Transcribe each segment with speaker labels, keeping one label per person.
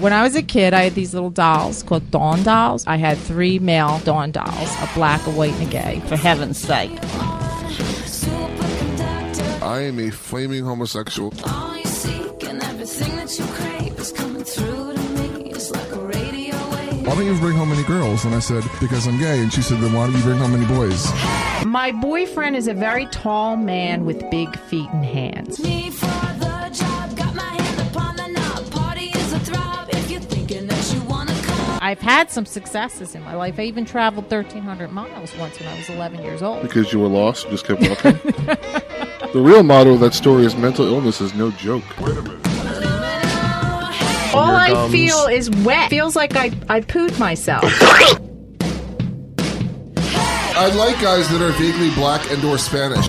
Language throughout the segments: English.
Speaker 1: When I was a kid, I had these little dolls called Dawn dolls. I had three male Dawn dolls a black, a white, and a gay.
Speaker 2: For heaven's sake.
Speaker 3: I am a flaming homosexual.
Speaker 4: All you seek and everything that you crave is coming through to me. It's like a radio wave.
Speaker 3: Why don't you bring home any girls? And I said, because I'm gay. And she said, then why don't you bring home any boys?
Speaker 1: My boyfriend is a very tall man with big feet and hands.
Speaker 4: Me for the job, got my hand upon the knob. Party is a throb if you're thinking that you wanna come.
Speaker 1: I've had some successes in my life. I even traveled 1,300 miles once when I was 11 years old.
Speaker 3: Because you were lost, just kept walking. the real motto of that story is mental illness is no joke.
Speaker 1: All I
Speaker 3: gums.
Speaker 1: feel is wet. Feels like I, I pooed myself.
Speaker 3: I like guys that are vaguely black and or Spanish.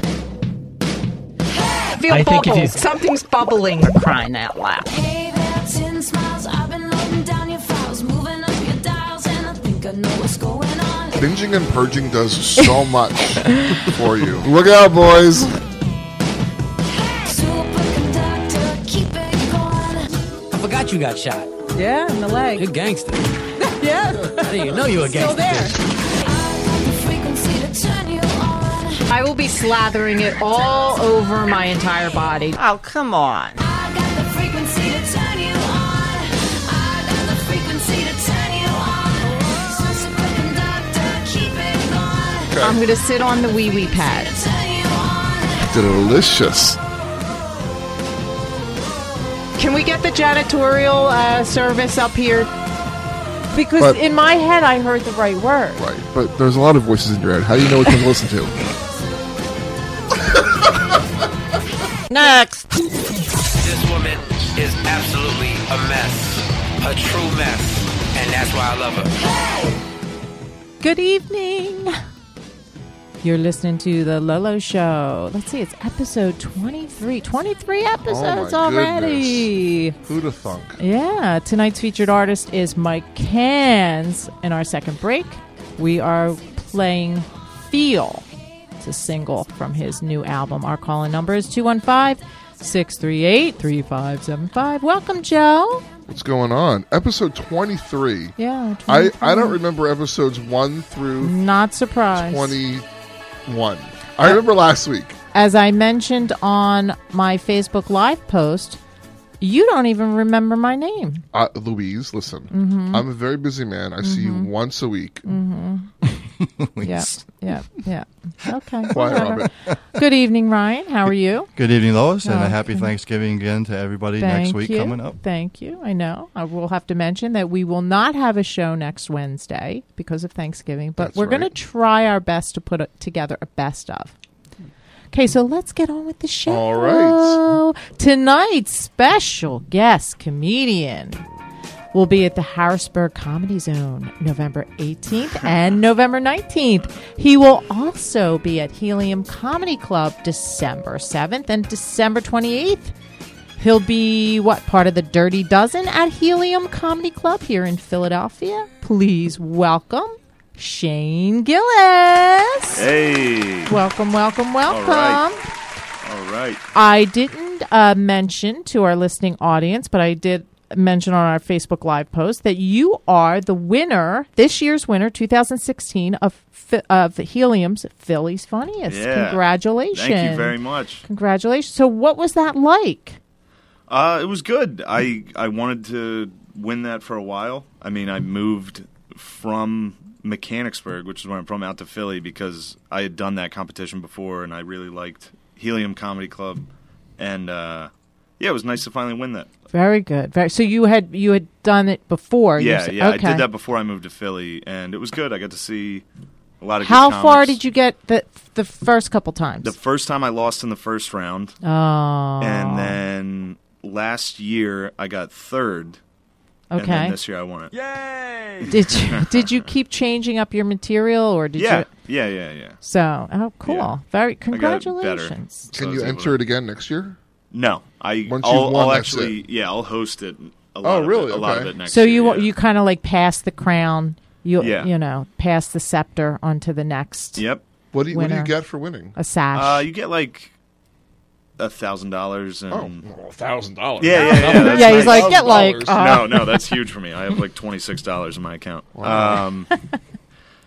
Speaker 1: I feel
Speaker 5: I think if
Speaker 1: bubbles.
Speaker 5: you-
Speaker 1: Something's bubbling.
Speaker 2: For crying out loud.
Speaker 4: Hey there, ten smiles. I've been loading down your files, moving up your dials, and I think I know what's going on.
Speaker 6: Binging and purging does so much for you.
Speaker 3: Look out, boys.
Speaker 4: Superconductor, keep it going.
Speaker 5: I forgot you got shot.
Speaker 1: Yeah, in the
Speaker 5: You're a
Speaker 1: leg.
Speaker 5: gangster.
Speaker 1: Yeah,
Speaker 5: I didn't even know you were a
Speaker 1: still
Speaker 5: gangster.
Speaker 1: there.
Speaker 4: The frequency to turn you on.
Speaker 1: I will be slathering it all over my entire body.
Speaker 2: Oh, come on.
Speaker 4: I got the frequency to turn you on. I got the frequency to turn you on. Superconductor, keep it going.
Speaker 1: I'm going to sit on the wee wee pad.
Speaker 4: Turn you on.
Speaker 6: Delicious.
Speaker 1: Can we get the janitorial uh, service up here? Because
Speaker 3: But-
Speaker 1: in my head, I heard the right word.
Speaker 3: Right, but there's a lot of voices in your head. How do you know which one to listen to?
Speaker 2: Next.
Speaker 7: This woman is absolutely a mess, a true mess, and that's why I love her.
Speaker 1: Good evening. You're listening to the Lolo Show. Let's see, it's episode 23. 23 episodes
Speaker 3: Oh my
Speaker 1: already.
Speaker 3: Who'da thunk?
Speaker 1: Yeah, tonight's featured artist is Mike Cans. In our second break, we are playing Feel. It's a single from his new album. Our call in number is 215 638 3575. Welcome, Joe.
Speaker 6: What's going on? Episode 23.
Speaker 1: Yeah,
Speaker 6: I,
Speaker 1: 23.
Speaker 6: I don't remember episodes 1 through
Speaker 1: Not surprised.
Speaker 6: 21. I remember last week.
Speaker 1: As I mentioned on my Facebook Live post, you don't even remember my name.
Speaker 6: Uh, Louise, listen,
Speaker 1: Mm-hmm.
Speaker 6: I'm a very busy man. I see you once a week.
Speaker 1: Yeah, yeah, yeah. Okay.
Speaker 6: Why,
Speaker 1: whatever. Good evening, Ryan. How are you?
Speaker 8: Good evening, Lois, and
Speaker 1: Oh,
Speaker 8: a happy
Speaker 1: okay.
Speaker 8: Thanksgiving again to everybody next week
Speaker 1: you.
Speaker 8: coming up.
Speaker 1: Thank you. I know. I will have to mention that we will not have a show next Wednesday because of Thanksgiving, but
Speaker 6: That's
Speaker 1: we're going to
Speaker 6: right.
Speaker 1: try our best to put a, together a best of. Okay, so let's get on with the show.
Speaker 6: All right.
Speaker 1: Tonight's special guest comedian will be at the Harrisburg Comedy Zone November 18th and November 19th. He will also be at Helium Comedy Club December 7th and December 28th. He'll be what part of the Dirty Dozen at Helium Comedy Club here in Philadelphia. Please welcome Shane Gillis.
Speaker 9: Hey.
Speaker 1: Welcome, welcome, welcome.
Speaker 9: right. All right.
Speaker 1: I didn't uh, mention to our listening audience, but I did mention on our Facebook Live post that you are the winner, this year's winner, 2016, of Phi- of Helium's Philly's Funniest.
Speaker 9: Yeah.
Speaker 1: Congratulations.
Speaker 9: Thank you very much.
Speaker 1: Congratulations. So, what was that like?
Speaker 9: Uh, it was good. I I wanted to win that for a while. I mean, I moved from Mechanicsburg, which is where I'm from, out to Philly because I had done that competition before, and I really liked Helium Comedy Club, and uh, yeah, it was nice to finally win that.
Speaker 1: Very good. Very, so you had you had done it before. You
Speaker 9: yeah,
Speaker 1: said-
Speaker 9: yeah,
Speaker 1: okay.
Speaker 9: I did that before I moved to Philly, and it was good. I got to see a lot of.
Speaker 1: How
Speaker 9: good
Speaker 1: far
Speaker 9: comics.
Speaker 1: did you get the the first couple times?
Speaker 9: The first time I lost in the first round,
Speaker 1: oh,
Speaker 9: and then last year I got third. And
Speaker 1: okay.
Speaker 9: then this year I won it. Yeah,
Speaker 1: did you did you keep changing up your material or did
Speaker 9: yeah,
Speaker 1: you?
Speaker 9: yeah, yeah. yeah.
Speaker 1: So, oh, cool.
Speaker 9: Yeah.
Speaker 1: Very
Speaker 9: I got it better.
Speaker 1: congratulations.
Speaker 9: So I
Speaker 6: Can
Speaker 9: was
Speaker 6: you
Speaker 9: able
Speaker 6: enter
Speaker 9: to-
Speaker 6: it again next year?
Speaker 9: No, I.
Speaker 6: Once you've
Speaker 9: I'll,
Speaker 6: won,
Speaker 9: I'll
Speaker 6: that's
Speaker 9: actually, yeah, I'll host it. A lot
Speaker 6: Oh,
Speaker 9: of
Speaker 6: really?
Speaker 9: It, a lot of
Speaker 6: Okay.
Speaker 9: it next
Speaker 1: So
Speaker 9: year.
Speaker 1: you
Speaker 9: yeah.
Speaker 1: you kind of like pass the crown. You
Speaker 9: Yeah.
Speaker 1: you know pass the scepter onto the next
Speaker 9: Yep.
Speaker 6: What do you, what do you
Speaker 1: Winner.
Speaker 6: get for winning?
Speaker 1: a sash.
Speaker 9: Uh, you get like a thousand dollars and
Speaker 6: Oh, thousand dollars.
Speaker 9: yeah, yeah, yeah. that's
Speaker 1: yeah, he's
Speaker 9: nice.
Speaker 1: like, get like, uh,
Speaker 6: Uh-huh.
Speaker 9: no, no, that's huge for me. I have like twenty six dollars in my account. Um,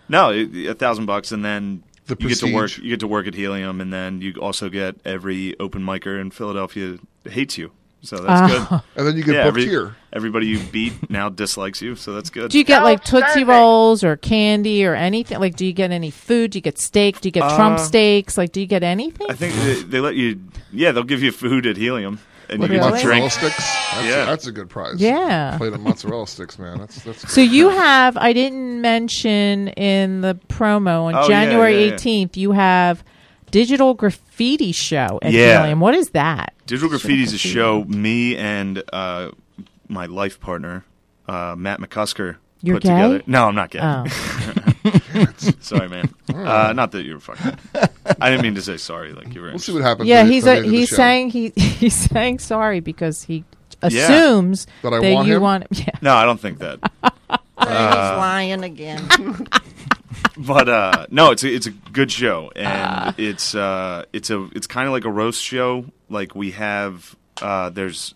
Speaker 9: no, it- a thousand bucks, and then
Speaker 6: The
Speaker 9: you get to work.
Speaker 6: prestige.
Speaker 9: You get to work at Helium, and then you also get every open micer in Philadelphia hates you. So that's good.
Speaker 6: And then you get
Speaker 9: yeah,
Speaker 6: booked
Speaker 9: every-
Speaker 6: Uh-huh. here.
Speaker 9: everybody you beat now dislikes you. So that's good.
Speaker 1: do you get like Tootsie
Speaker 7: Outstanding.
Speaker 1: Rolls or candy or anything? Like, do you get any food? Do you get steak? Do you get Trump
Speaker 9: Uh,
Speaker 1: steaks? Like, do you get anything?
Speaker 9: I think they, they let you. Yeah, they'll give you food at Helium, and you
Speaker 1: Really?
Speaker 9: get to
Speaker 6: Mozzarella
Speaker 9: drink.
Speaker 6: sticks. That's,
Speaker 9: Yeah.
Speaker 6: a, that's a good prize.
Speaker 1: Yeah.
Speaker 6: Plate of mozzarella sticks, man. That's that's.
Speaker 1: So
Speaker 6: great.
Speaker 1: you have I didn't mention in the promo on
Speaker 9: Oh, yeah, yeah,
Speaker 1: January
Speaker 9: yeah.
Speaker 1: eighteenth you have digital graffiti show at
Speaker 9: Yeah.
Speaker 1: Helium. What is that?
Speaker 9: Digital Graffiti is a show me and uh, my life partner, uh, Matt McCusker,
Speaker 1: You're
Speaker 9: put
Speaker 1: gay?
Speaker 9: together. No, I'm not gay.
Speaker 1: Oh.
Speaker 9: Sorry, man. Uh, not that you were fucking. I didn't mean to say sorry. Like you were.
Speaker 6: We'll see what happens.
Speaker 1: yeah,
Speaker 6: when it-
Speaker 1: he's
Speaker 6: by the
Speaker 1: a,
Speaker 6: end of the
Speaker 1: he's
Speaker 6: show.
Speaker 1: saying he he's saying sorry because he
Speaker 9: Yeah.
Speaker 1: assumes
Speaker 6: That I
Speaker 1: that
Speaker 6: want
Speaker 1: you
Speaker 6: him?
Speaker 1: want yeah.
Speaker 9: No, I don't think that. Uh,
Speaker 2: He's lying again.
Speaker 9: But uh, no, it's a, it's a good show, and it's uh, it's a it's kind of like a roast show. Like we have uh, there's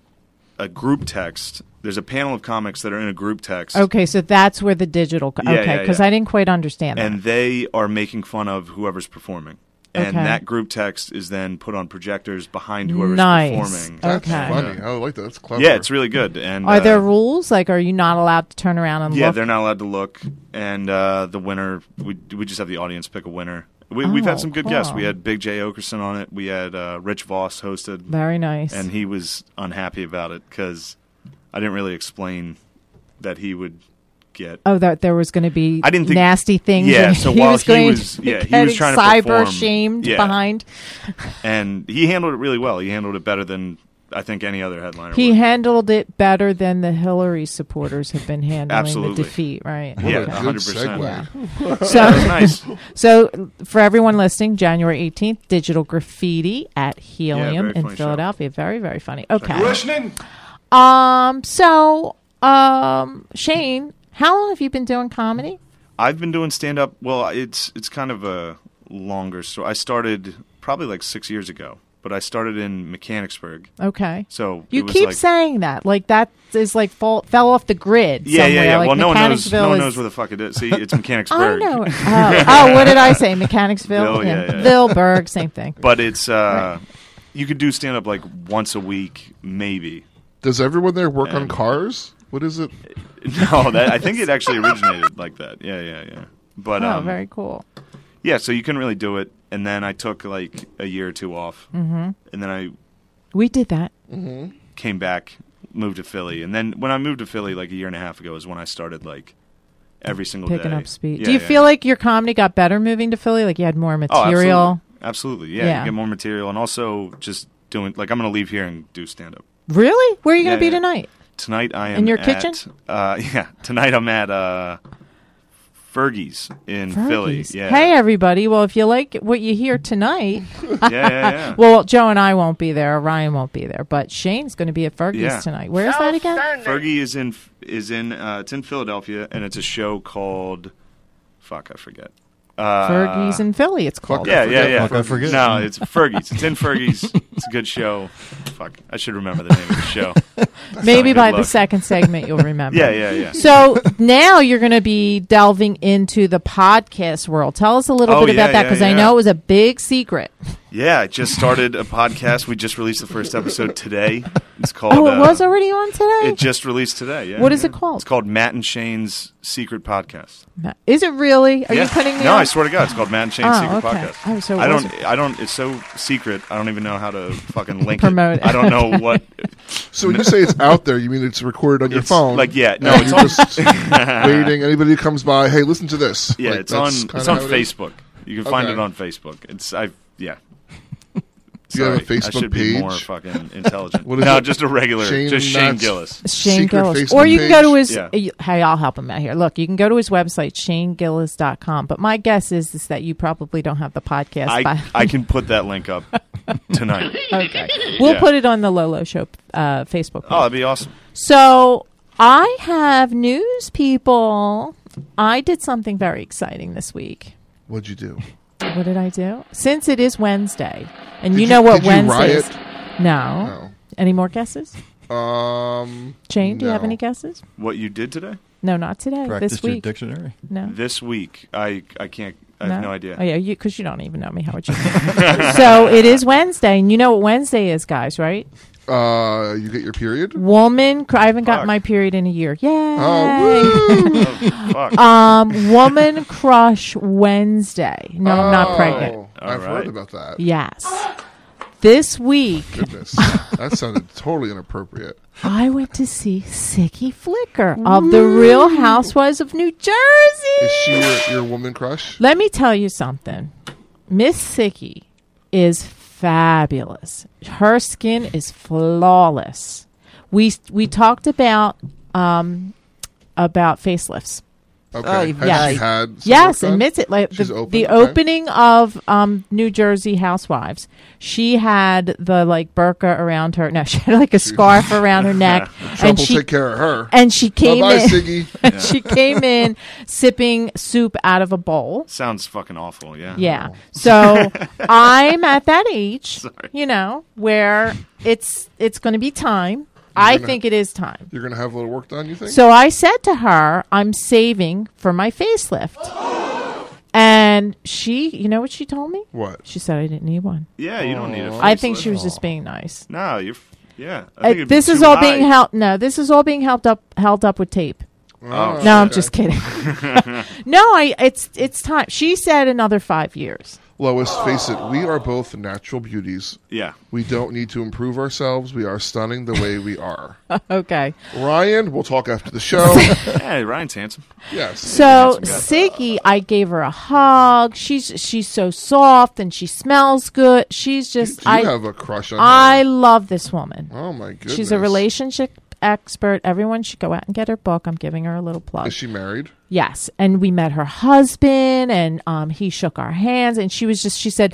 Speaker 9: a group text. There's a panel of comics that are in a group text.
Speaker 1: Okay, so that's where the digital co-
Speaker 9: Yeah,
Speaker 1: okay
Speaker 9: yeah,
Speaker 1: because
Speaker 9: yeah.
Speaker 1: I didn't quite understand that.
Speaker 9: and they are making fun of whoever's performing. And
Speaker 1: Okay.
Speaker 9: that group text is then put on projectors behind whoever's
Speaker 1: Nice.
Speaker 9: performing.
Speaker 1: Okay.
Speaker 6: That's funny. I like that. That's clever.
Speaker 9: Yeah, it's really good. And
Speaker 1: Are
Speaker 9: uh,
Speaker 1: there rules like are you not allowed to turn around and
Speaker 9: Yeah,
Speaker 1: look?
Speaker 9: they're not allowed to look. And uh, the winner, we we just have the audience pick a winner. We, we've
Speaker 1: Oh,
Speaker 9: had some good guests. We
Speaker 1: cool.
Speaker 9: had Big J Okerson on it. We had uh, Rich Voss hosted,
Speaker 1: Very nice.
Speaker 9: and he was unhappy about it because I didn't really explain that he would get
Speaker 1: Oh, that there was going to be
Speaker 9: I didn't think-
Speaker 1: nasty things.
Speaker 9: Yeah,
Speaker 1: and
Speaker 9: so
Speaker 1: he
Speaker 9: while
Speaker 1: was
Speaker 9: he
Speaker 1: going
Speaker 9: was-
Speaker 1: to be
Speaker 9: yeah, he
Speaker 1: getting
Speaker 9: was trying to
Speaker 1: cyber
Speaker 9: perform.
Speaker 1: shamed
Speaker 9: Yeah.
Speaker 1: behind.
Speaker 9: and he handled it really well. He handled it better than I think any other headliner.
Speaker 1: He
Speaker 9: would.
Speaker 1: handled it better than the Hillary supporters have been handling the
Speaker 9: Absolutely.
Speaker 1: defeat, right?
Speaker 9: yeah,
Speaker 6: What a good
Speaker 9: 100%.
Speaker 6: segue.
Speaker 9: That was
Speaker 1: So,
Speaker 9: nice.
Speaker 1: so for everyone listening, January eighteenth, digital graffiti at Helium
Speaker 9: very
Speaker 1: in
Speaker 9: funny show.
Speaker 1: Philadelphia. Very, very funny. Okay, Um, so, um, Shane, how long have you been doing comedy?
Speaker 9: I've been doing stand up. Well, it's it's kind of a longer story. I started probably like six years ago, but I started in Mechanicsburg.
Speaker 1: Okay.
Speaker 9: So
Speaker 1: You
Speaker 9: it was
Speaker 1: keep
Speaker 9: like,
Speaker 1: saying that, like that is like fall, fell off the grid.
Speaker 9: yeah,
Speaker 1: somewhere.
Speaker 9: yeah, yeah.
Speaker 1: Like
Speaker 9: well, no one knows.
Speaker 1: Mechanicsville
Speaker 9: No one
Speaker 1: is-
Speaker 9: knows where the fuck it is. See, it's
Speaker 1: I
Speaker 9: Mechanicsburg.
Speaker 1: know. it. Oh, oh, what did I say? Mechanicsville,
Speaker 9: Ville, yeah, yeah.
Speaker 1: Villeberg, same thing.
Speaker 9: But it's uh, you could do stand up like once a week, maybe.
Speaker 6: Does everyone there work on
Speaker 9: And-
Speaker 6: cars? What is it?
Speaker 9: No, that I think it actually originated like that. Yeah, yeah, yeah. But
Speaker 1: Oh,
Speaker 9: um,
Speaker 1: very cool.
Speaker 9: yeah, so you couldn't really do it. And then I took like a year or two off, mm-hmm. and then I
Speaker 1: We did that.
Speaker 9: came back, moved to Philly, and then when I moved to Philly like a year and a half ago is when I started like every single
Speaker 1: Picking
Speaker 9: day.
Speaker 1: up speed.
Speaker 9: Yeah,
Speaker 1: Do you
Speaker 9: yeah.
Speaker 1: feel like your comedy got better moving to Philly? Like you had more
Speaker 9: Oh,
Speaker 1: material?
Speaker 9: Absolutely, absolutely. yeah,
Speaker 1: Yeah.
Speaker 9: You get more material, and also just doing like I'm going to leave here and do stand up
Speaker 1: really? Where are you going
Speaker 9: Yeah,
Speaker 1: to be
Speaker 9: yeah.
Speaker 1: tonight?
Speaker 9: tonight. I am
Speaker 1: In your
Speaker 9: at,
Speaker 1: kitchen?
Speaker 9: Uh, yeah, tonight I'm at uh, Fergie's in Philly.
Speaker 1: Fergie's.
Speaker 9: Yeah,
Speaker 1: Hey, everybody. Well, if you like what you hear tonight,
Speaker 9: yeah, yeah. yeah.
Speaker 1: well, Joe and I won't be there. Or Ryan won't be there, but Shane's going to be at Fergie's
Speaker 9: Yeah.
Speaker 1: tonight. Where is that again?
Speaker 9: Fergie is in is in uh, it's in Philadelphia, and it's a show called fuck I forget. Uh,
Speaker 1: Fergie's in Philly. It's called.
Speaker 9: Yeah, yeah, yeah.
Speaker 8: Fuck, I forget.
Speaker 9: No, it's Fergie's. It's in Fergie's. it's a good show. Fuck, I should remember the name of the show.
Speaker 1: Maybe
Speaker 9: Good
Speaker 1: by the
Speaker 9: luck.
Speaker 1: second segment you'll remember.
Speaker 9: Yeah, yeah, yeah.
Speaker 1: So now you're going to be delving into the podcast world. Tell us a little
Speaker 9: Oh,
Speaker 1: bit about
Speaker 9: yeah,
Speaker 1: that
Speaker 9: yeah,
Speaker 1: because I
Speaker 9: yeah.
Speaker 1: know it was a big secret.
Speaker 9: Yeah, I just started a podcast. We just released the first episode today. It's called.
Speaker 1: Oh, it
Speaker 9: uh,
Speaker 1: was already on today.
Speaker 9: It just released today. Yeah.
Speaker 1: What is it
Speaker 9: yeah.
Speaker 1: called?
Speaker 9: It's called Matt and Shane's Secret Podcast.
Speaker 1: Is it really? Are you
Speaker 9: Yeah.
Speaker 1: putting me
Speaker 9: No,
Speaker 1: on?
Speaker 9: I swear to God, it's called Matt and Shane's
Speaker 1: Oh,
Speaker 9: Secret
Speaker 1: okay.
Speaker 9: Podcast.
Speaker 1: Oh, so it
Speaker 9: I don't.
Speaker 1: wasn't-
Speaker 9: I don't. It's so secret. I don't even know how to fucking link
Speaker 1: Promote it.
Speaker 9: I don't know what.
Speaker 6: So when you say it's out there, you mean it's recorded on your
Speaker 9: It's
Speaker 6: phone?
Speaker 9: like, yeah, no,
Speaker 6: and
Speaker 9: it's
Speaker 6: you're
Speaker 9: on-
Speaker 6: just waiting. Anybody who comes by, hey, listen to this.
Speaker 9: Yeah,
Speaker 6: Like,
Speaker 9: it's on.
Speaker 6: that's
Speaker 9: It's
Speaker 6: kinda
Speaker 9: on
Speaker 6: how it is.
Speaker 9: Facebook. You can find
Speaker 6: Okay.
Speaker 9: it on Facebook. It's I. Yeah.
Speaker 6: You have a
Speaker 9: Sorry,
Speaker 6: Facebook
Speaker 9: I should be more
Speaker 6: page?
Speaker 9: fucking intelligent.
Speaker 6: What is
Speaker 9: no,
Speaker 6: it?
Speaker 9: just a regular,
Speaker 6: Shane
Speaker 9: just Shane
Speaker 6: Matt's-
Speaker 9: Gillis.
Speaker 1: Shane
Speaker 6: secret
Speaker 1: Gillis.
Speaker 6: Facebook
Speaker 1: Or you can go to
Speaker 6: page?
Speaker 1: his.
Speaker 9: Yeah.
Speaker 1: you- Hey, I'll help him out here. Look, you can go to his website, shanegillis.com. But my guess is, is that you probably don't have the podcast. by-
Speaker 9: I, I can put that link up tonight.
Speaker 1: okay. We'll
Speaker 9: Yeah.
Speaker 1: put it on the Lolo Show uh, Facebook page.
Speaker 9: Oh, that'd be awesome.
Speaker 1: So I have news, people. I did something very exciting this week.
Speaker 6: What'd you do?
Speaker 1: What did I do? Since it is Wednesday, and
Speaker 6: Did
Speaker 1: you know what
Speaker 6: did you
Speaker 1: Wednesday is.
Speaker 6: riot?
Speaker 1: No. Any more guesses?
Speaker 6: No. Oh. Um.
Speaker 1: Jane, do you have
Speaker 6: No.
Speaker 1: any guesses?
Speaker 9: What you did today?
Speaker 1: No, not today.
Speaker 8: Practice
Speaker 1: this
Speaker 8: your
Speaker 1: week.
Speaker 8: dictionary.
Speaker 1: no.
Speaker 9: This week, I I can't. I have no idea.
Speaker 1: Oh yeah, because you, don't even know me. How would you? know? so it is Wednesday, and you know what Wednesday is, guys, right?
Speaker 6: Uh. You get your period.
Speaker 1: Woman. Cri- I haven't got
Speaker 9: Fuck.
Speaker 1: my period in a year. Yay!
Speaker 6: Oh. woo!
Speaker 9: Fuck.
Speaker 1: um, Woman Crush Wednesday. No, I'm not pregnant.
Speaker 6: Oh, I've
Speaker 9: right.
Speaker 6: heard about that.
Speaker 1: Yes. This week,
Speaker 6: Goodness, that sounded totally inappropriate.
Speaker 1: I went to see Sicky Flicker of the Real Housewives of New Jersey.
Speaker 6: Mm. Is she your, your woman crush?
Speaker 1: Let me tell you something. Miss Sicky is fabulous. Her skin is flawless. We we talked about um about facelifts.
Speaker 6: Okay.
Speaker 2: Oh,
Speaker 6: Has
Speaker 1: yes.
Speaker 6: she had? some
Speaker 1: Yes,
Speaker 6: work done?
Speaker 1: admits it. Like
Speaker 6: She's
Speaker 1: the,
Speaker 6: open,
Speaker 1: the
Speaker 6: okay.
Speaker 1: opening of um, New Jersey Housewives, she had the like burqa around her. No, she had like a scarf around her neck, and
Speaker 6: Trouble
Speaker 1: she
Speaker 6: take care of her.
Speaker 1: and she
Speaker 6: Bye
Speaker 1: came
Speaker 6: bye,
Speaker 1: in.
Speaker 6: Siggy.
Speaker 1: she came in sipping soup out of a bowl.
Speaker 6: Oh.
Speaker 9: Sounds fucking awful. Yeah.
Speaker 1: Yeah. So I'm at that age, you know, where it's it's going to be time. I
Speaker 6: gonna-
Speaker 1: think it is time.
Speaker 6: You're gonna have a little work done. You think?
Speaker 1: So I said to her, "I'm saving for my facelift." And she, you know what she told me?
Speaker 6: what?
Speaker 1: She said I didn't need one.
Speaker 9: Yeah. You don't need a.
Speaker 1: I think she
Speaker 9: facelift.
Speaker 1: was just being nice.
Speaker 9: No, you're. f- Yeah.
Speaker 1: Uh,
Speaker 9: I think it'd be
Speaker 1: this is
Speaker 9: too
Speaker 1: all
Speaker 9: high.
Speaker 1: being held. No, this is all being held up, held up with tape.
Speaker 6: Oh,
Speaker 1: No, I'm
Speaker 6: okay.
Speaker 1: just kidding. no, I it's it's time. She said another five years.
Speaker 6: Lois, face it. We are both natural beauties.
Speaker 9: Yeah.
Speaker 6: We don't need to improve ourselves. We are stunning the way we are.
Speaker 1: Okay.
Speaker 6: Ryan, we'll talk after the show.
Speaker 9: Hey, Ryan's handsome.
Speaker 6: yes.
Speaker 1: So Siggy, I gave her a hug. She's she's so soft and she smells good. She's
Speaker 6: you
Speaker 1: just
Speaker 6: do
Speaker 1: I
Speaker 6: have a crush on
Speaker 1: I
Speaker 6: her.
Speaker 1: love this woman.
Speaker 6: Oh my goodness.
Speaker 1: She's a relationship expert. Everyone should go out and get her book. I'm giving her a little plug.
Speaker 6: Is she married?
Speaker 1: Yes, and we met her husband, and um, he shook our hands, and she was just she said,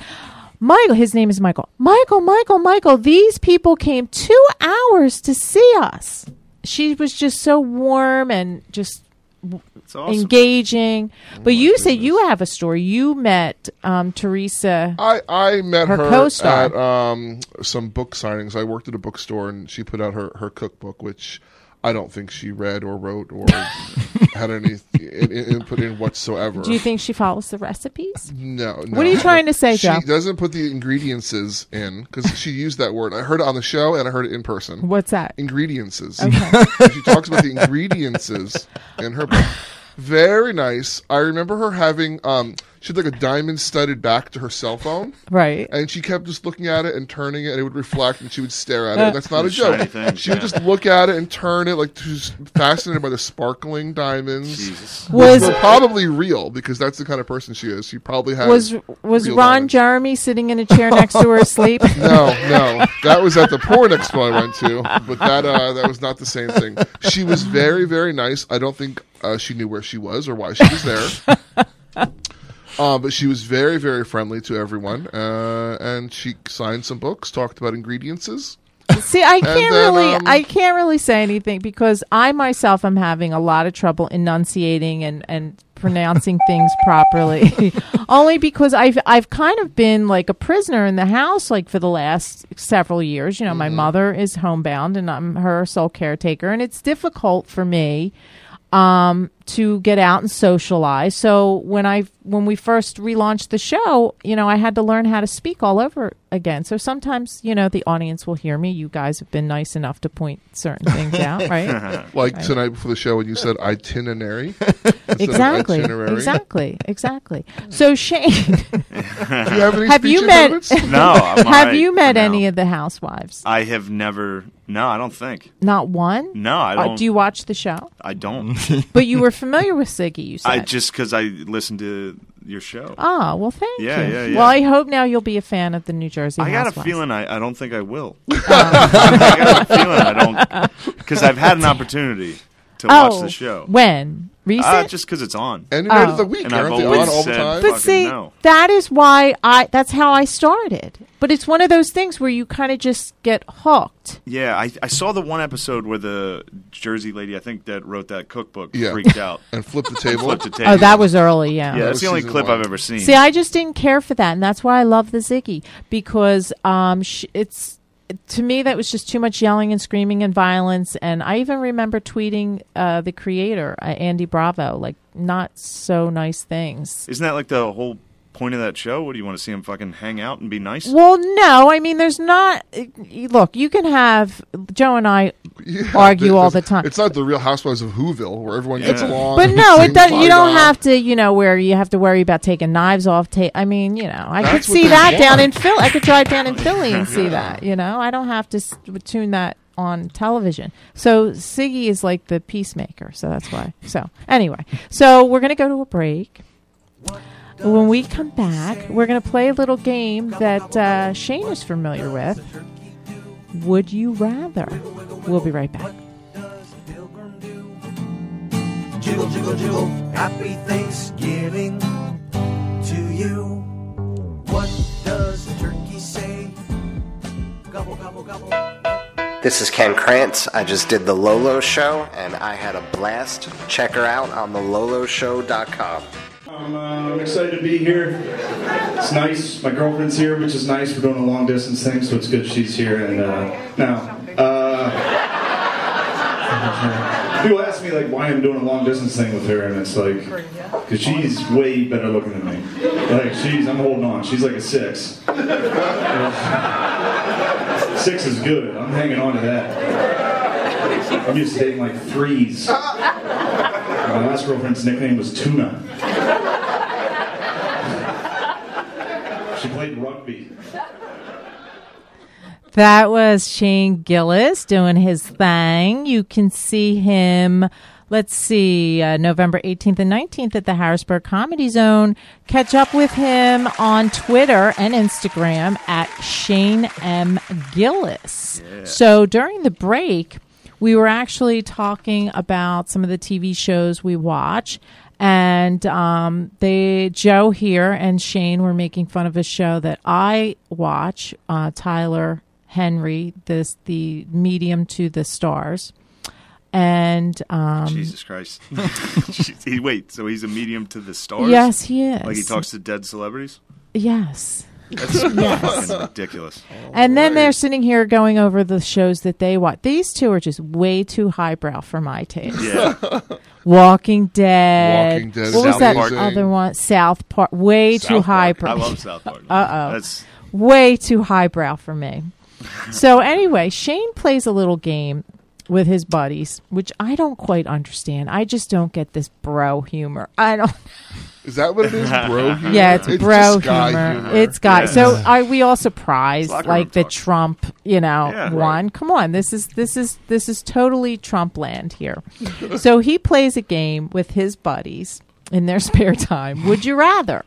Speaker 1: "Michael, his name is Michael. Michael, Michael, Michael. These people came two hours to see us." She was just so warm and just
Speaker 9: It's awesome.
Speaker 1: engaging.
Speaker 6: Oh
Speaker 1: But you say you have a story. You met um, Teresa.
Speaker 6: I, I met
Speaker 1: Her
Speaker 6: her,
Speaker 1: co-star.
Speaker 6: at um, some book signings. I worked at a bookstore, and she put out her, her cookbook, which I don't think she read or wrote or had any in, in- input in whatsoever.
Speaker 1: Do you think she follows the recipes?
Speaker 6: No, no.
Speaker 1: What are you trying to say,
Speaker 6: She
Speaker 1: Joe?
Speaker 6: doesn't put the ingredients in because she used that word. I heard it on the show and I heard it in person.
Speaker 1: What's that?
Speaker 6: Ingredients. she talks about the ingredients in her book. Very nice. I remember her having um, she had like a diamond studded back to her cell phone.
Speaker 1: Right.
Speaker 6: And she kept just looking at it and turning it, and it would reflect, and she would stare at it. And that's not a
Speaker 9: Shiny
Speaker 6: joke.
Speaker 9: things,
Speaker 6: She would
Speaker 9: yeah.
Speaker 6: just look at it and turn it, like she's fascinated by the sparkling diamonds.
Speaker 9: Jesus.
Speaker 1: Was
Speaker 6: Well, probably real because that's the kind of person she is. She probably has.
Speaker 1: was was
Speaker 6: real
Speaker 1: Ron
Speaker 6: diamonds.
Speaker 1: Jeremy sitting in a chair next to her asleep?
Speaker 6: No, no, that was at the porn expo I went to, but that uh, that was not the same thing. She was very, very nice. I don't think uh, she knew where she was or why she was there. Uh, but she was very, very friendly to everyone, uh, and she signed some books, talked about ingredients.
Speaker 1: See, I can't
Speaker 6: then,
Speaker 1: really,
Speaker 6: um,
Speaker 1: I can't really say anything because I myself am having a lot of trouble enunciating and and pronouncing things properly. Only because I've I've kind of been like a prisoner in the house like for the last several years. You know,
Speaker 6: Mm-hmm.
Speaker 1: my mother is homebound and I'm her sole caretaker, and it's difficult for me um to get out and socialize. So when I when we first relaunched the show, you know, I had to learn how to speak all over again. So sometimes, you know, the audience will hear me. You guys have been nice enough to point certain things out, right?
Speaker 6: Like tonight before the show, when you said itinerary, instead of
Speaker 1: exactly.
Speaker 6: itinerary.
Speaker 1: Exactly. Exactly. So Shane,
Speaker 6: Do you have any
Speaker 1: Have you
Speaker 6: speech
Speaker 1: met-
Speaker 6: impediments?
Speaker 9: No. I'm all
Speaker 1: have
Speaker 9: right
Speaker 1: you met
Speaker 9: for now.
Speaker 1: any of the housewives?
Speaker 9: I have never. No, I don't think.
Speaker 1: Not one?
Speaker 9: No, I
Speaker 1: Uh,
Speaker 9: don't.
Speaker 1: do you watch the show?
Speaker 9: I don't.
Speaker 1: But you were familiar with Siggy, you said.
Speaker 9: I just because I listened to your show.
Speaker 1: Oh, well, thank
Speaker 9: Yeah,
Speaker 1: you.
Speaker 9: yeah, yeah.
Speaker 1: Well, I hope now you'll be a fan of the New Jersey
Speaker 9: I got a
Speaker 1: Housewives.
Speaker 9: feeling I, I don't think I will. I got a feeling I don't because I've had an opportunity to watch the show.
Speaker 1: Oh, When? Recent?
Speaker 9: Uh, just because it's on.
Speaker 6: Any night
Speaker 1: Oh.
Speaker 6: of the week,
Speaker 9: And I've
Speaker 6: aren't they
Speaker 9: always
Speaker 6: on all the
Speaker 9: said-
Speaker 6: time?
Speaker 1: but
Speaker 9: fucking
Speaker 1: see,
Speaker 9: no.
Speaker 1: that is why I that's how I started. But it's one of those things where you kind of just get hooked.
Speaker 9: Yeah, I, I saw the one episode where the Jersey lady, I think that wrote that cookbook,
Speaker 6: Yeah.
Speaker 9: freaked out.
Speaker 6: and flip the table.
Speaker 9: Flipped a tape.
Speaker 1: Oh, that was early, yeah.
Speaker 9: yeah,
Speaker 6: that
Speaker 9: that's
Speaker 6: was
Speaker 9: the only
Speaker 6: season
Speaker 9: clip
Speaker 6: one.
Speaker 9: I've ever seen.
Speaker 1: See, I just didn't care for that, and that's why I love the Ziggy because um, sh- it's to me, that was just too much yelling and screaming and violence. And I even remember tweeting uh, the creator, uh, Andy Bravo, like not so nice things.
Speaker 9: Isn't that like the whole point of that show? What do you want to see him fucking hang out and be nice?
Speaker 1: Well, no, I mean, there's not. Look, you can have Joe and I
Speaker 6: Yeah,
Speaker 1: argue all
Speaker 6: it's-
Speaker 1: the time.
Speaker 6: It's not the Real Housewives of Whoville where everyone gets
Speaker 9: Yeah.
Speaker 6: along.
Speaker 1: But no, it
Speaker 6: sings
Speaker 1: doesn't. You don't
Speaker 6: Bye Bye.
Speaker 1: have to, you know, where you have to worry about taking knives off. Ta- I mean, you know, I could
Speaker 6: That's what
Speaker 1: see
Speaker 6: they
Speaker 1: that
Speaker 6: want.
Speaker 1: down in Philly. I could drive down in Philly and see that. You know, I don't have to s- tune that on television. So Siggy is like the peacemaker. So that's why. So anyway, so we're gonna go to a break. When we come back, we're going to play a little game that uh, Shane is familiar with. Would you rather? We'll be right back.
Speaker 5: Jiggle, jiggle, jiggle. Happy Thanksgiving to you. What does the turkey say? Gobble, gobble, gobble.
Speaker 10: This is Ken Krantz. I just did the Lolo Show, and I had a blast. Check her out on theloloshow.com.
Speaker 11: I'm, uh, I'm excited to be here. It's nice. My girlfriend's here, which is nice. We're doing a long distance thing, so it's good she's here. And uh, now, uh, people ask me like why I'm doing a long distance thing with her, and it's like because she's way better looking than me. Like she's, I'm holding on. She's like a six. six is good. I'm hanging on to that. I'm used to dating like threes. My last girlfriend's nickname was Tuna. She played rugby.
Speaker 1: That was Shane Gillis doing his thing. You can see him, let's see, uh, November 18th and 19th at the Harrisburg Comedy Zone. Catch up with him on Twitter and Instagram at Shane M. Gillis. So during the break, we were actually talking about some of the TV shows we watch. And um, they Joe here and Shane were making fun of a show that I watch, uh, Tyler Henry, this the medium to the stars, and um,
Speaker 9: Jesus Christ. Jeez. He- Wait, so he's a medium to the stars?
Speaker 1: Yes, he is.
Speaker 9: Like he talks to dead celebrities?
Speaker 1: yes,
Speaker 9: That's
Speaker 1: Yes.
Speaker 9: fucking ridiculous.
Speaker 1: and then they're sitting here going over the shows that they watch. These two are just way too highbrow for my taste.
Speaker 9: Yeah.
Speaker 1: Walking Dead.
Speaker 9: Walking Dead
Speaker 1: What
Speaker 9: is
Speaker 1: was that
Speaker 9: amazing.
Speaker 1: other one? South Park. Way too
Speaker 9: South Park.
Speaker 1: highbrow.
Speaker 9: I love South Park.
Speaker 1: Uh oh.
Speaker 9: That's-
Speaker 1: Way too highbrow for me. so anyway, Shane plays a little game with his buddies, which I don't quite understand. I just don't get this bro humor. I don't.
Speaker 6: Is that what it is? Bro humor?
Speaker 1: Yeah, it's, bro
Speaker 6: just guy
Speaker 1: humor. It's guy.
Speaker 6: Yes.
Speaker 1: So I we all surprised
Speaker 6: Locker room
Speaker 1: like the Trump, you know,
Speaker 6: Yeah.
Speaker 1: one. Come on, this is this is this is totally Trump land here. so he plays a game with his buddies in their spare time. Would you rather?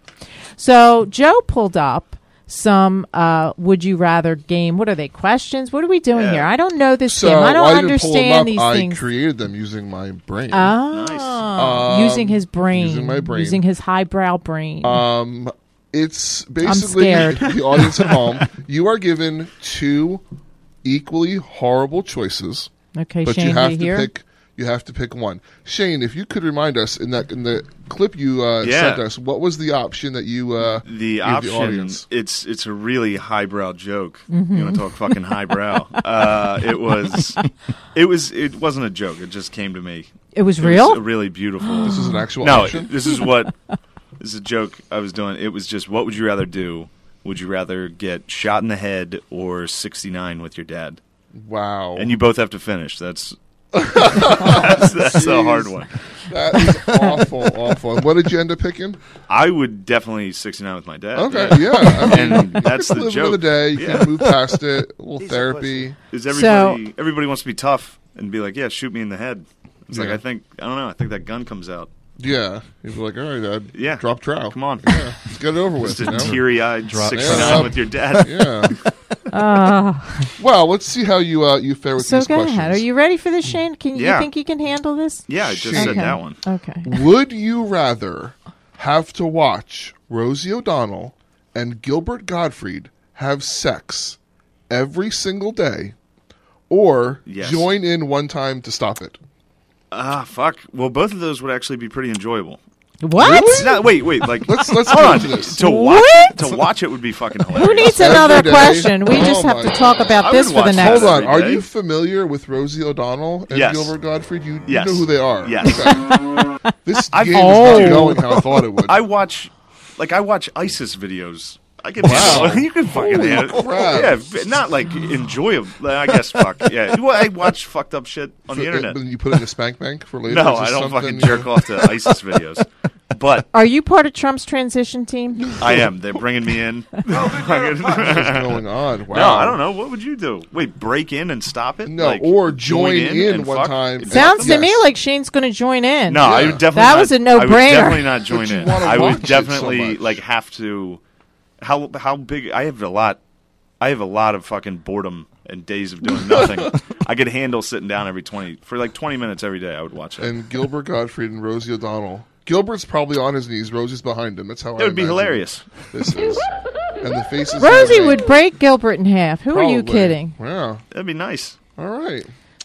Speaker 1: So Joe pulled up some uh, would you rather game. What are they? Questions? What are we doing here? I don't know this
Speaker 6: so
Speaker 1: game. I don't
Speaker 6: I didn't pull 'em
Speaker 1: understand
Speaker 6: up.
Speaker 1: these
Speaker 6: I
Speaker 1: things.
Speaker 6: created them using my brain.
Speaker 1: Oh,
Speaker 6: Um,
Speaker 1: using his brain,
Speaker 6: using my brain.
Speaker 1: using his highbrow brain.
Speaker 6: Um, it's basically
Speaker 1: scared.
Speaker 6: the audience at home. You are given two equally horrible choices.
Speaker 1: Okay,
Speaker 6: but
Speaker 1: Shane,
Speaker 6: you
Speaker 1: you
Speaker 6: have to
Speaker 1: here?
Speaker 6: pick. You have to pick one. Shane, if you could remind us in that in the clip you uh,
Speaker 9: Yeah.
Speaker 6: sent us, what was the option that you uh,
Speaker 9: the
Speaker 6: gave
Speaker 9: option
Speaker 6: the audience?
Speaker 9: it's it's a really highbrow joke you want
Speaker 6: Mhm.
Speaker 9: to talk fucking highbrow uh, it was it was it wasn't a joke it just came to me
Speaker 1: It was real?
Speaker 9: a really beautiful
Speaker 6: This is an actual
Speaker 9: no
Speaker 6: option?
Speaker 9: this is what this is a joke i was doing it was just what would you rather do would you rather get shot in the head or 69 with your dad
Speaker 6: wow
Speaker 9: and you both have to finish that's that's, that's a hard
Speaker 6: Jeez.
Speaker 9: one
Speaker 6: That is awful, awful. And what did you end up picking?
Speaker 9: I would definitely 69 with my dad.
Speaker 6: Okay, yeah. I mean,
Speaker 9: and
Speaker 6: you
Speaker 9: that's
Speaker 6: can
Speaker 9: the
Speaker 6: live
Speaker 9: joke.
Speaker 6: another day, you can move past it, a little These are therapy. pussy.
Speaker 9: Is
Speaker 6: So-
Speaker 9: everybody everybody wants to be tough and be like, yeah, shoot me in the head. It's like
Speaker 6: Yeah.
Speaker 9: I think I don't know. I think that gun comes out.
Speaker 6: Yeah, you'd be like, all right, Dad,
Speaker 9: Yeah.
Speaker 6: drop trout.
Speaker 9: Come on.
Speaker 6: yeah, let's get it over with.
Speaker 9: Just a
Speaker 6: you know?
Speaker 9: teary-eyed
Speaker 6: Drop
Speaker 9: 69
Speaker 6: trout.
Speaker 9: with your dad.
Speaker 6: Yeah.
Speaker 1: Ah.
Speaker 6: well, let's see how you uh, you fare with
Speaker 1: so
Speaker 6: these
Speaker 1: go
Speaker 6: questions.
Speaker 1: ahead. Are you ready for this, Shane? Can you
Speaker 6: Yeah.
Speaker 1: think you can handle this? Okay. Okay.
Speaker 6: Would you rather have to watch Rosie O'Donnell and Gilbert Gottfried have sex every single day, or
Speaker 9: Yes.
Speaker 6: join in one time to stop it?
Speaker 9: Ah, fuck. Well, both of those would actually be pretty enjoyable.
Speaker 1: What?
Speaker 9: No, wait, wait. Like,
Speaker 6: Let's- let's
Speaker 9: hold
Speaker 6: go
Speaker 9: on.
Speaker 6: to this.
Speaker 9: To watch,
Speaker 1: What?
Speaker 9: to watch it would be fucking hilarious.
Speaker 1: Who needs another question? We just have to talk about this for the next.
Speaker 6: Oh Hold on.
Speaker 9: every
Speaker 6: Are
Speaker 9: day.
Speaker 6: you familiar with Rosie O'Donnell and
Speaker 9: Yes.
Speaker 6: Gilbert Gottfried? You, you
Speaker 9: Yes.
Speaker 6: know who they are.
Speaker 9: Yes.
Speaker 6: Okay. this
Speaker 9: I've-
Speaker 6: game is not going how I thought it would.
Speaker 9: I watch, like, I watch ISIS videos. I can
Speaker 6: Wow.
Speaker 9: you can fucking
Speaker 6: Holy
Speaker 9: handle-
Speaker 6: crap.
Speaker 9: yeah, but not like enjoyable. I guess fuck yeah. Well, I watch fucked up shit on the
Speaker 6: So, uh,
Speaker 9: internet.
Speaker 6: then you put it in a spank bank for later?
Speaker 9: No,
Speaker 6: Is this
Speaker 9: I don't
Speaker 6: something
Speaker 9: fucking jerk
Speaker 6: you-
Speaker 9: off to ISIS videos. But
Speaker 1: Are you part of Trump's transition team?
Speaker 9: I am. They're bringing me in.
Speaker 6: What is
Speaker 9: Fucking-
Speaker 6: going on? Wow.
Speaker 9: No, I don't know. What would you do? Wait, break in and stop it?
Speaker 6: No, or join in
Speaker 9: and
Speaker 6: one
Speaker 9: fuck?
Speaker 6: time.
Speaker 1: Sounds to
Speaker 6: Yes.
Speaker 1: me like Shane's going to join in.
Speaker 9: No, I would definitely.
Speaker 1: That
Speaker 9: not-
Speaker 1: was a
Speaker 9: I would definitely
Speaker 1: no-brainer.
Speaker 9: not join
Speaker 6: you
Speaker 9: in.
Speaker 6: wanna
Speaker 9: I
Speaker 6: watch
Speaker 9: would
Speaker 6: it so
Speaker 9: definitely
Speaker 6: much.
Speaker 9: like have to. How how big? I have a lot. I have a lot of fucking boredom and days of doing nothing. I could handle sitting down every twenty for like twenty minutes every day. I would watch it.
Speaker 6: And Gilbert Gottfried and Rosie O'Donnell. Gilbert's probably on his knees. Rosie's behind him. That's how
Speaker 9: That
Speaker 6: I
Speaker 9: would be
Speaker 6: imagine
Speaker 9: hilarious.
Speaker 6: This is. And the faces.
Speaker 1: Rosie
Speaker 6: they
Speaker 1: would
Speaker 6: make.
Speaker 1: break Gilbert in half. Who are you
Speaker 6: Probably.
Speaker 1: kidding?
Speaker 6: Wow.
Speaker 9: That'd be nice.
Speaker 6: All right.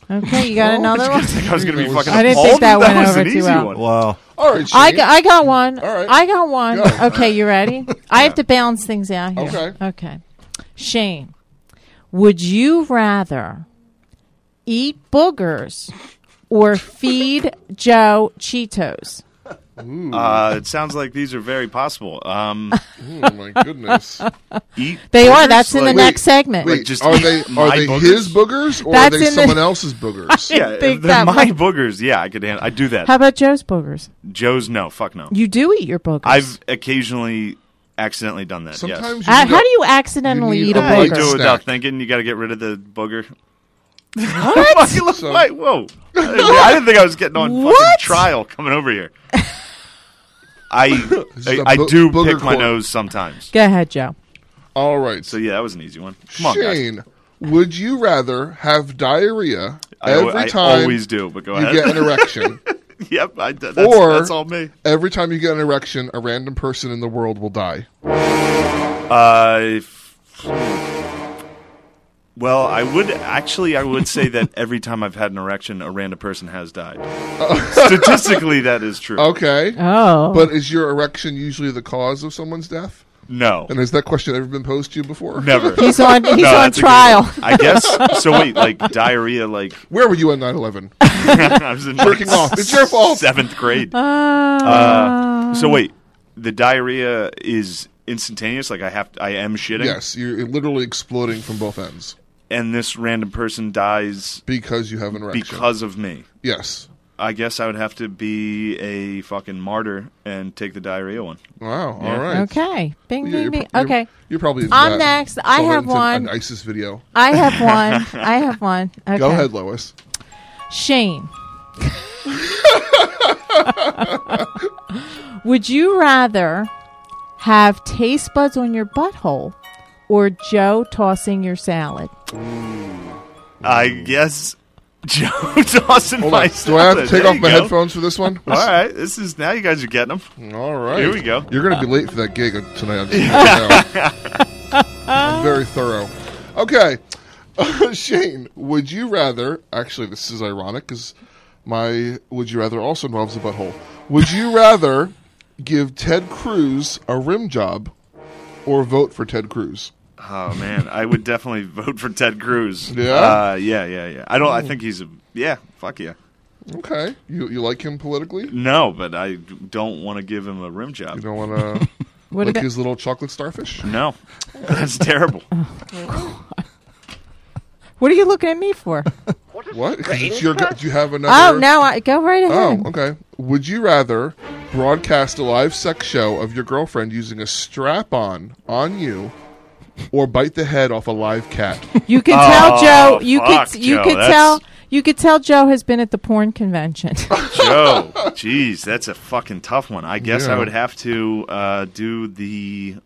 Speaker 1: Okay, you got another one.
Speaker 9: I was gonna be fucking.
Speaker 1: I didn't
Speaker 9: appalled.
Speaker 1: think that went
Speaker 9: was
Speaker 1: over
Speaker 9: an
Speaker 1: too
Speaker 9: easy
Speaker 1: well.
Speaker 9: one.
Speaker 8: Wow.
Speaker 6: All right.
Speaker 1: I,
Speaker 6: Shane.
Speaker 1: g- I got one.
Speaker 6: All right.
Speaker 1: I got one.
Speaker 6: Go.
Speaker 1: Okay, you ready? I have to balance things out here.
Speaker 6: Okay.
Speaker 1: Okay. Shane, would you rather eat boogers or feed Joe Cheetos?
Speaker 9: Uh, it sounds like these are very possible. Um,
Speaker 6: oh my goodness.
Speaker 9: eat
Speaker 1: They
Speaker 9: boogers?
Speaker 1: are. That's in the
Speaker 9: Like-
Speaker 1: next segment.
Speaker 6: Wait,
Speaker 9: just
Speaker 6: are
Speaker 9: eat
Speaker 6: they
Speaker 9: my
Speaker 6: are they
Speaker 9: boogers?
Speaker 6: his boogers or
Speaker 1: That's
Speaker 6: are they
Speaker 1: in the-
Speaker 6: someone else's boogers?
Speaker 1: I
Speaker 9: Yeah,
Speaker 1: think
Speaker 9: if they're
Speaker 1: that
Speaker 9: my
Speaker 1: might-
Speaker 9: boogers. Yeah, I could handle. I do that.
Speaker 1: How about Joe's boogers?
Speaker 9: Joe's no, fuck no.
Speaker 1: You do eat your boogers.
Speaker 9: I've accidentally accidentally done that.
Speaker 6: Sometimes
Speaker 1: Uh,
Speaker 6: you
Speaker 1: how do you accidentally
Speaker 6: You need
Speaker 1: eat
Speaker 6: a
Speaker 1: a
Speaker 9: yes. you
Speaker 6: like
Speaker 1: booger?
Speaker 9: do it
Speaker 6: snack?
Speaker 9: without thinking. You got to get rid of the booger.
Speaker 1: What?
Speaker 9: Fucking look-
Speaker 6: So-
Speaker 9: wait, whoa! I didn't, I didn't think I was getting on
Speaker 1: What?
Speaker 9: fucking trial coming over here. I
Speaker 6: This is
Speaker 9: I,
Speaker 6: a
Speaker 9: I
Speaker 6: bo-
Speaker 9: do
Speaker 6: booger
Speaker 9: pick my
Speaker 6: court.
Speaker 9: nose sometimes.
Speaker 1: Go ahead, Joe.
Speaker 6: All right.
Speaker 9: So yeah, that was an easy one. Come on, guys.
Speaker 6: Shane, would you rather have diarrhea
Speaker 9: I, al-
Speaker 6: every
Speaker 9: I
Speaker 6: time
Speaker 9: always do, but go
Speaker 6: you
Speaker 9: ahead.
Speaker 6: get an erection?
Speaker 9: yep, I, that's, or
Speaker 6: or
Speaker 9: that's all me.
Speaker 6: Every time you get an erection, a random person in the world will die.
Speaker 9: Uh, if- well, I would actually, I would say that every time I've had an erection, a random person has died. Statistically, that is true.
Speaker 6: Okay.
Speaker 1: Oh.
Speaker 6: But is your erection usually the cause of someone's death?
Speaker 9: No,
Speaker 6: And has that question ever been posed to you before?
Speaker 9: never.
Speaker 1: he's on, he's
Speaker 9: No,
Speaker 1: on
Speaker 9: that's a good
Speaker 1: trial.
Speaker 9: one. I guess. So wait, like diarrhea, like
Speaker 6: Where were you on 9 11?
Speaker 9: I was in like,
Speaker 6: Jerking off. It's your fault.
Speaker 9: Seventh grade. Uh, so wait, the diarrhea is instantaneous. Like I have, I am shitting.
Speaker 6: Yes, you're literally exploding from both ends
Speaker 9: And this random person dies
Speaker 6: because you have an erection.
Speaker 9: because of me.
Speaker 6: Yes.
Speaker 9: I guess I would have to be a fucking martyr and take the diarrhea one.
Speaker 6: Wow.
Speaker 9: Yeah.
Speaker 6: All right.
Speaker 1: Okay. Bing,
Speaker 6: Yeah,
Speaker 1: bing,
Speaker 6: you're
Speaker 1: bing.
Speaker 6: pro- you're-
Speaker 1: okay.
Speaker 6: You're probably. into
Speaker 1: I'm
Speaker 6: that.
Speaker 1: next. I
Speaker 6: Someone
Speaker 1: have
Speaker 6: into an-
Speaker 1: one.
Speaker 6: An ISIS video.
Speaker 1: I have one. I have one. Okay.
Speaker 6: Go ahead, Lois.
Speaker 1: Shane. Would you rather have taste buds on your butthole or Joe tossing your salad?
Speaker 9: I guess Joe Dawson.
Speaker 6: Hold on. Do I have to take off my headphones for this one?
Speaker 9: All right, this is now you guys are getting them.
Speaker 6: All right.
Speaker 9: Here we go.
Speaker 6: You're going to be late for that gig tonight. I'm, just gonna let you know. I'm very thorough. Okay. Shane, would you rather. Actually, this is ironic because my Would You Rather also involves a butthole. Would you rather give Ted Cruz a rim job or vote for Ted Cruz?
Speaker 9: Oh man, I would definitely vote for Ted Cruz.
Speaker 6: Yeah?
Speaker 9: uh, yeah, yeah, yeah. I don't. I think he's a yeah. Fuck yeah.
Speaker 6: Okay. You, you like him politically?
Speaker 9: No, but I don't want to give him a rim
Speaker 6: You
Speaker 9: job.
Speaker 6: don't want to.
Speaker 1: What
Speaker 6: like
Speaker 1: about-
Speaker 6: his little chocolate starfish?
Speaker 9: No, that's terrible.
Speaker 1: What are you looking at me for?
Speaker 6: What? 'Cause It's your, do you have another?
Speaker 1: oh, no, I go right ahead.
Speaker 6: Oh, okay. Would you rather broadcast a live sex show of your girlfriend using a strap on on you or bite the head off a live cat?
Speaker 1: You can tell
Speaker 9: Oh,
Speaker 1: Joe, you
Speaker 9: fuck,
Speaker 1: could you
Speaker 9: Joe,
Speaker 1: could
Speaker 9: that's-
Speaker 1: tell you could tell Joe has been at the porn convention.
Speaker 9: Joe, jeez, that's a fucking tough one. I guess
Speaker 6: Yeah.
Speaker 9: I would have to uh, do the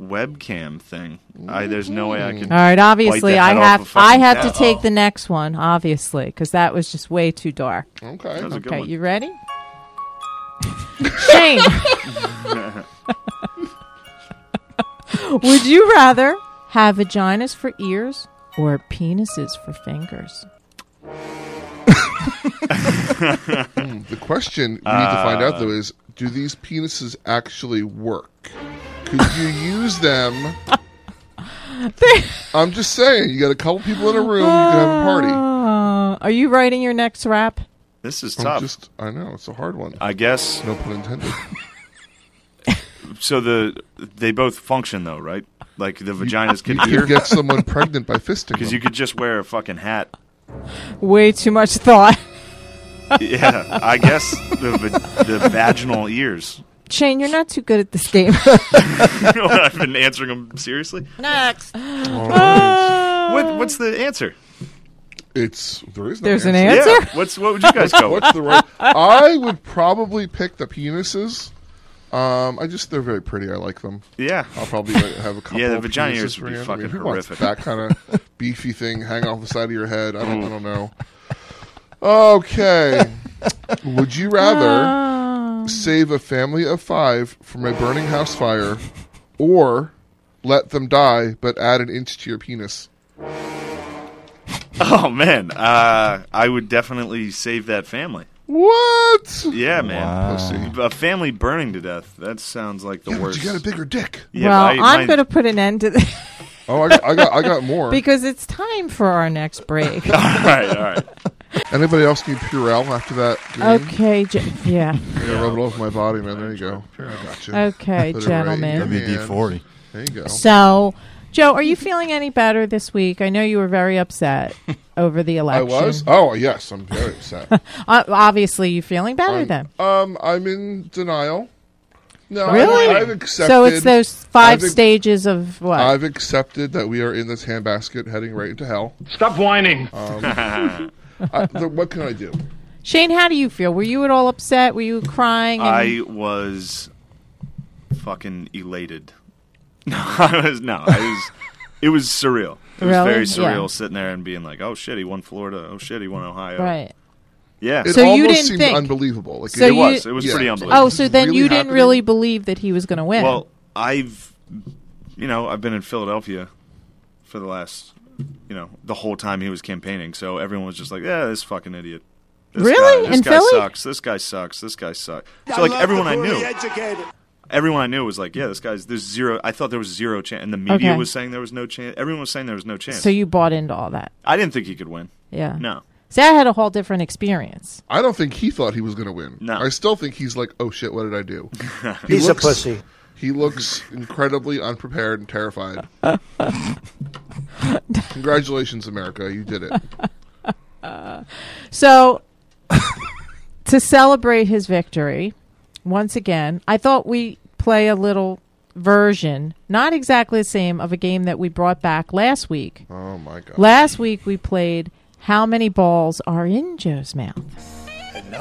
Speaker 9: webcam thing. I, there's no way I
Speaker 6: Mm.
Speaker 9: can.
Speaker 1: All right, obviously
Speaker 9: the
Speaker 1: I
Speaker 9: head off a
Speaker 1: have I
Speaker 9: fucking
Speaker 1: have to
Speaker 9: cat.
Speaker 1: take the next one, obviously, cuz that was just way too dark.
Speaker 6: Okay.
Speaker 9: That was a good
Speaker 1: Okay,
Speaker 9: one.
Speaker 1: you ready? Shane. Would you rather have vaginas for ears or penises for fingers?
Speaker 6: The question you need to find out though is do these penises actually work? Could you use them? I'm just saying, you got a couple people in a room, you can have a party.
Speaker 1: Uh, are you writing your next rap?
Speaker 9: This is
Speaker 6: I'm
Speaker 9: tough.
Speaker 6: just- I know it's a hard one.
Speaker 9: I guess.
Speaker 6: No pun intended.
Speaker 9: so the they both function though, right? Like the vaginas can
Speaker 6: you could
Speaker 9: hear.
Speaker 6: get someone pregnant by fisting
Speaker 9: Because
Speaker 6: them.
Speaker 9: you could just wear a fucking hat.
Speaker 1: Way too much thought.
Speaker 9: Yeah, I guess the va- the vaginal ears.
Speaker 1: Shane, you're not too good at this game.
Speaker 9: I've been answering them seriously.
Speaker 2: Next.
Speaker 6: Oh.
Speaker 9: What what's the answer?
Speaker 6: It's there is no
Speaker 1: There's an
Speaker 9: Yeah. What's what would you guys go? with?
Speaker 6: What's the right? I would probably pick the penises. Um, I just they're very pretty. I like them.
Speaker 9: Yeah.
Speaker 6: I'll probably have a couple.
Speaker 9: Yeah, the
Speaker 6: of
Speaker 9: vagina
Speaker 6: penises
Speaker 9: ears would be
Speaker 6: ran. I
Speaker 9: fucking
Speaker 6: mean, who wants
Speaker 9: horrific.
Speaker 6: That kind of beefy thing hang off the side of your head. I don't. I don't know. Okay. would you
Speaker 1: Um.
Speaker 6: rather save a family of five from a burning house fire, or let them die but add an inch to your penis?
Speaker 9: Oh man, uh, I would definitely save that family.
Speaker 6: What?
Speaker 9: Yeah, man.
Speaker 6: Pussy.
Speaker 9: A family burning to death. That sounds like the
Speaker 6: Yeah, but
Speaker 9: worst.
Speaker 6: you got a bigger dick.
Speaker 9: Yeah,
Speaker 1: well,
Speaker 9: I-
Speaker 1: I,
Speaker 9: mine-
Speaker 1: am going to put an end to this
Speaker 6: Oh, I, I got I got more.
Speaker 1: because it's time for our next break.
Speaker 9: all right, all right.
Speaker 6: Anybody else need Purell after that? Green?
Speaker 1: okay, ge- yeah.
Speaker 6: I'm gonna rub it off my body, man. There you go. I got you.
Speaker 1: Okay,
Speaker 6: Put it
Speaker 1: gentlemen.
Speaker 6: in your hand.
Speaker 8: WD-40.
Speaker 6: There you go.
Speaker 1: So, Joe, are you feeling any better this week? I know you were very upset over the
Speaker 6: I
Speaker 1: election.
Speaker 6: was. Oh yes, I'm very upset.
Speaker 1: Uh, obviously, you're feeling better
Speaker 6: I'm-
Speaker 1: then.
Speaker 6: Um, I'm in denial. No,
Speaker 1: really?
Speaker 6: I've, I've accepted.
Speaker 1: so it's those 5
Speaker 6: I've ac-
Speaker 1: stages of what?
Speaker 6: I've accepted that we are in this handbasket, heading right into hell. Um,
Speaker 11: Stop whining.
Speaker 6: I, th- what can I do?
Speaker 1: Shane, how do you feel? Were you at all upset? Were you crying? And
Speaker 9: I was fucking elated. No, I was no, I was. It was surreal. It was
Speaker 1: Really?
Speaker 9: very
Speaker 1: Yeah.
Speaker 9: surreal sitting there and being like, "Oh shit, he won Florida. Oh shit, he won Ohio."
Speaker 1: right.
Speaker 9: Yeah.
Speaker 6: It
Speaker 1: So you
Speaker 6: almost
Speaker 1: didn't
Speaker 6: seemed
Speaker 1: think-
Speaker 6: unbelievable. Like
Speaker 1: So
Speaker 6: it
Speaker 1: you-
Speaker 9: was. It was
Speaker 6: Yeah.
Speaker 9: pretty
Speaker 6: Oh,
Speaker 9: unbelievable.
Speaker 1: Oh,
Speaker 6: This
Speaker 1: so
Speaker 6: is
Speaker 1: then
Speaker 6: really
Speaker 1: you didn't
Speaker 6: happening?
Speaker 1: really believe that he was going to win.
Speaker 9: Well, I've, you know, I've been in Philadelphia for the last, you know, the whole time he was campaigning. So everyone was just like, "Yeah, this fucking idiot." This
Speaker 1: Really?
Speaker 9: Guy, this
Speaker 1: In
Speaker 9: guy
Speaker 1: Philly?
Speaker 9: sucks. This guy sucks. This guy sucks. So like everyone I knew, everyone I knew was like, "Yeah, this guy's there's zero. I thought there was zero chance, and the media
Speaker 1: Okay.
Speaker 9: was saying there was no chance. Everyone was saying there was no chance.
Speaker 1: so you bought into all that.
Speaker 9: I didn't think he could win.
Speaker 1: Yeah.
Speaker 9: No.
Speaker 1: See, I had a whole different experience.
Speaker 6: I don't think he thought he was going to win.
Speaker 9: No.
Speaker 6: I still think he's like, oh shit, what did I do? He
Speaker 5: He's a
Speaker 6: looks-
Speaker 5: pussy.
Speaker 6: He looks incredibly unprepared and terrified. Congratulations, America. You did it.
Speaker 1: So, to celebrate his victory, once again, I thought we play a little version, not exactly the same, of a game that we brought back last week.
Speaker 6: Oh my god.
Speaker 1: Last week we played How Many Balls Are in Joe's Mouth?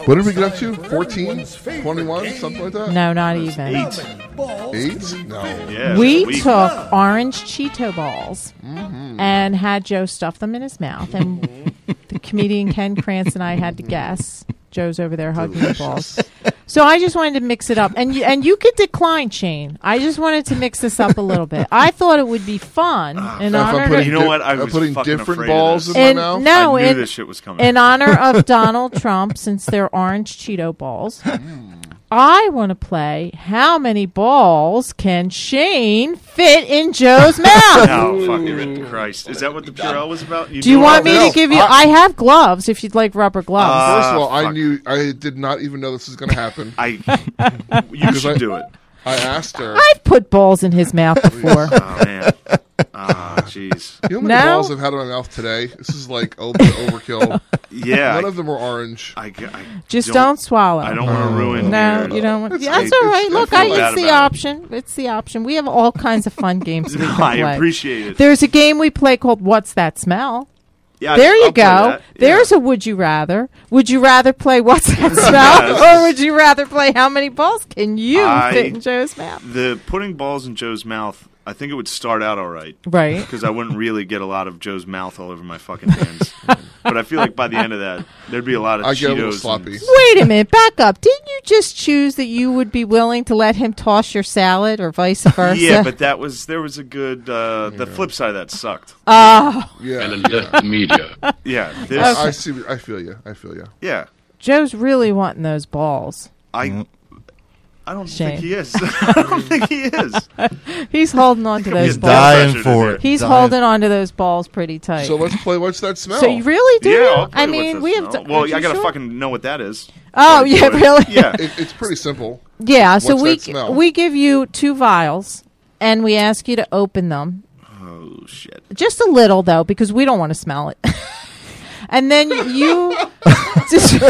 Speaker 6: What did we get up to? 14? 21? Something like that?
Speaker 1: No, not even.
Speaker 6: Eight? No.
Speaker 9: Yeah.
Speaker 1: We
Speaker 9: weak.
Speaker 1: took orange Cheeto balls and had Joe stuff them in his mouth. And the comedian Ken Krantz and I had to guess. Joe's over there hugging the balls. So I just wanted to mix it up. And you, and you could decline, Shane. I just wanted to mix this up a little bit. I thought it would be fun in
Speaker 6: If I'm
Speaker 1: honor
Speaker 6: putting
Speaker 9: You
Speaker 1: of,
Speaker 9: know
Speaker 6: di-
Speaker 9: what? Ah, I
Speaker 6: I'm
Speaker 9: was
Speaker 6: putting
Speaker 9: fucking
Speaker 6: different
Speaker 9: afraid of
Speaker 6: balls
Speaker 9: this.
Speaker 6: in my
Speaker 1: in,
Speaker 6: mouth.
Speaker 1: no,
Speaker 9: I knew
Speaker 1: in-
Speaker 9: this shit was coming.
Speaker 1: in honor of Donald Trump, since they're orange Cheeto balls, I want to play how many balls can Shane fit in Joe's mouth?
Speaker 9: Oh fucking Christ! Is that what the Purell was about?
Speaker 1: Do you
Speaker 9: knew
Speaker 1: want
Speaker 9: all
Speaker 1: me
Speaker 9: this?
Speaker 1: to give you? I, have gloves if you'd like rubber
Speaker 9: Uh,
Speaker 1: gloves.
Speaker 6: uh, First of all, I
Speaker 9: fuck.
Speaker 6: knew I did not even know this was going to happen.
Speaker 9: I. You should
Speaker 6: I-
Speaker 9: do it.
Speaker 6: I asked her.
Speaker 1: I've put balls in his mouth before.
Speaker 9: Oh man. Ah, jeez.
Speaker 6: You know how many
Speaker 1: No?
Speaker 6: balls I've had in my mouth today? This is like over overkill.
Speaker 9: Yeah.
Speaker 6: None
Speaker 9: I-
Speaker 6: of them were orange.
Speaker 9: I, g- I
Speaker 1: Just don't, swallow.
Speaker 9: I don't
Speaker 6: Oh.
Speaker 9: want to ruin.
Speaker 1: No,
Speaker 9: your-
Speaker 1: you don't. Want,
Speaker 6: It's-
Speaker 1: yeah, that's
Speaker 6: it's-
Speaker 1: all right.
Speaker 6: I
Speaker 1: Look,
Speaker 6: feel
Speaker 1: I,
Speaker 9: bad
Speaker 1: it's the
Speaker 9: about it.
Speaker 1: option. It's the option. We have all kinds of fun games we
Speaker 9: No,
Speaker 1: can
Speaker 9: I
Speaker 1: play.
Speaker 9: appreciate it.
Speaker 1: There's a game we play called "What's That Smell."
Speaker 9: Yeah,
Speaker 1: There you
Speaker 9: I'll play
Speaker 1: go.
Speaker 9: that. Yeah.
Speaker 1: There's a would you rather. Would you rather play what's that smell, or would you rather play how many balls can you
Speaker 9: I-
Speaker 1: fit in Joe's mouth?
Speaker 9: the putting balls in Joe's mouth. I think it would start out all right
Speaker 1: Right.
Speaker 9: because I wouldn't really get a lot of Joe's mouth all over my fucking hands. but I feel like by the end of that, there'd be a lot of
Speaker 6: I
Speaker 9: Cheetos.
Speaker 6: get a little
Speaker 9: and-
Speaker 6: sloppy.
Speaker 1: Wait a minute. Back up. Didn't you just choose that you would be willing to let him toss your salad, or vice versa?
Speaker 9: yeah, but that was there was a good. Uh, the flip side of that sucked.
Speaker 6: Yeah.
Speaker 9: yeah, this,
Speaker 6: I see. I feel you. I feel you.
Speaker 9: yeah.
Speaker 1: Joe's really wanting those balls.
Speaker 9: I I don't
Speaker 1: Shane.
Speaker 9: think he is. I don't think he is.
Speaker 1: He's holding on to
Speaker 9: I'm
Speaker 1: those
Speaker 9: getting
Speaker 1: balls.
Speaker 9: dying for it.
Speaker 1: He's
Speaker 9: Dying.
Speaker 1: holding on to those balls pretty tight.
Speaker 6: So let's play. What's that smell?
Speaker 1: So you really do?
Speaker 9: Yeah,
Speaker 1: you?
Speaker 9: I'll tell
Speaker 1: I
Speaker 9: you what's
Speaker 1: mean,
Speaker 9: that
Speaker 1: we have. To,
Speaker 9: smell. well,
Speaker 1: aren't
Speaker 9: I
Speaker 1: you
Speaker 9: gotta
Speaker 1: sure?
Speaker 9: fucking know what that is.
Speaker 1: Oh,
Speaker 9: Like,
Speaker 1: yeah,
Speaker 9: what-
Speaker 1: really?
Speaker 9: Yeah.
Speaker 6: It, it's pretty simple.
Speaker 1: Yeah. So
Speaker 6: What's
Speaker 1: we
Speaker 6: that smell?
Speaker 1: we give you two vials, and we ask you to open them.
Speaker 9: Oh shit.
Speaker 1: Just a little though, because we don't want to smell it. and then you just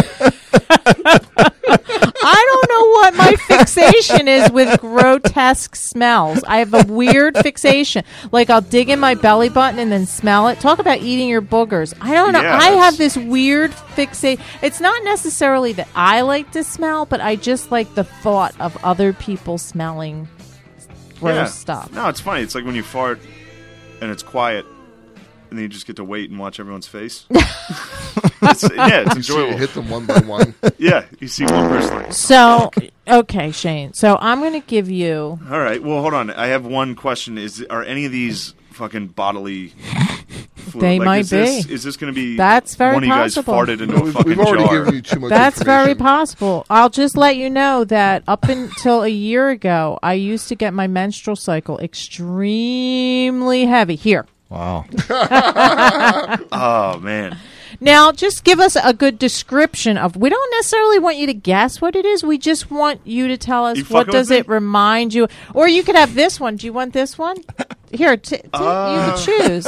Speaker 1: I don't know what my fixation is with grotesque smells. I have a weird fixation. Like I'll dig in my belly button and then smell it. Talk about eating your boogers. I don't know.
Speaker 9: Yeah,
Speaker 1: I have
Speaker 9: that's-
Speaker 1: this weird fixation. It's not necessarily that I like to smell, but I just like the thought of other people smelling gross
Speaker 9: yeah.
Speaker 1: stuff.
Speaker 9: No, it's funny. It's like when you fart and it's quiet, and then you just get to wait and watch everyone's face. It's- yeah, it's
Speaker 6: You see it
Speaker 9: enjoyable.
Speaker 6: hit them one by one.
Speaker 9: yeah, you see one person. Like,
Speaker 1: So, okay, Shane. So I'm going to give you.
Speaker 9: All right. Well, hold on. I have one question. Is are any of these fucking bodily? Fluid?
Speaker 1: They
Speaker 9: like,
Speaker 1: might
Speaker 9: is This,
Speaker 1: be.
Speaker 9: is this going to be?
Speaker 1: That's very
Speaker 9: One of
Speaker 1: possible.
Speaker 9: you guys farted into a
Speaker 6: We've,
Speaker 9: fucking
Speaker 6: we've already
Speaker 9: jar.
Speaker 6: given you too much.
Speaker 1: That's very
Speaker 6: information.
Speaker 1: possible. I'll just let you know that up until a year ago, I used to get my menstrual cycle extremely heavy. Here.
Speaker 8: Wow.
Speaker 9: oh man.
Speaker 1: Now, just give us a good description of. We don't necessarily want you to guess what it is. We just want you to tell us
Speaker 9: You
Speaker 1: what
Speaker 9: fucking
Speaker 1: does
Speaker 9: with
Speaker 1: it remind you. Or you could have this one. Do you want this one? Here, t- t-
Speaker 9: Uh.
Speaker 1: you can choose.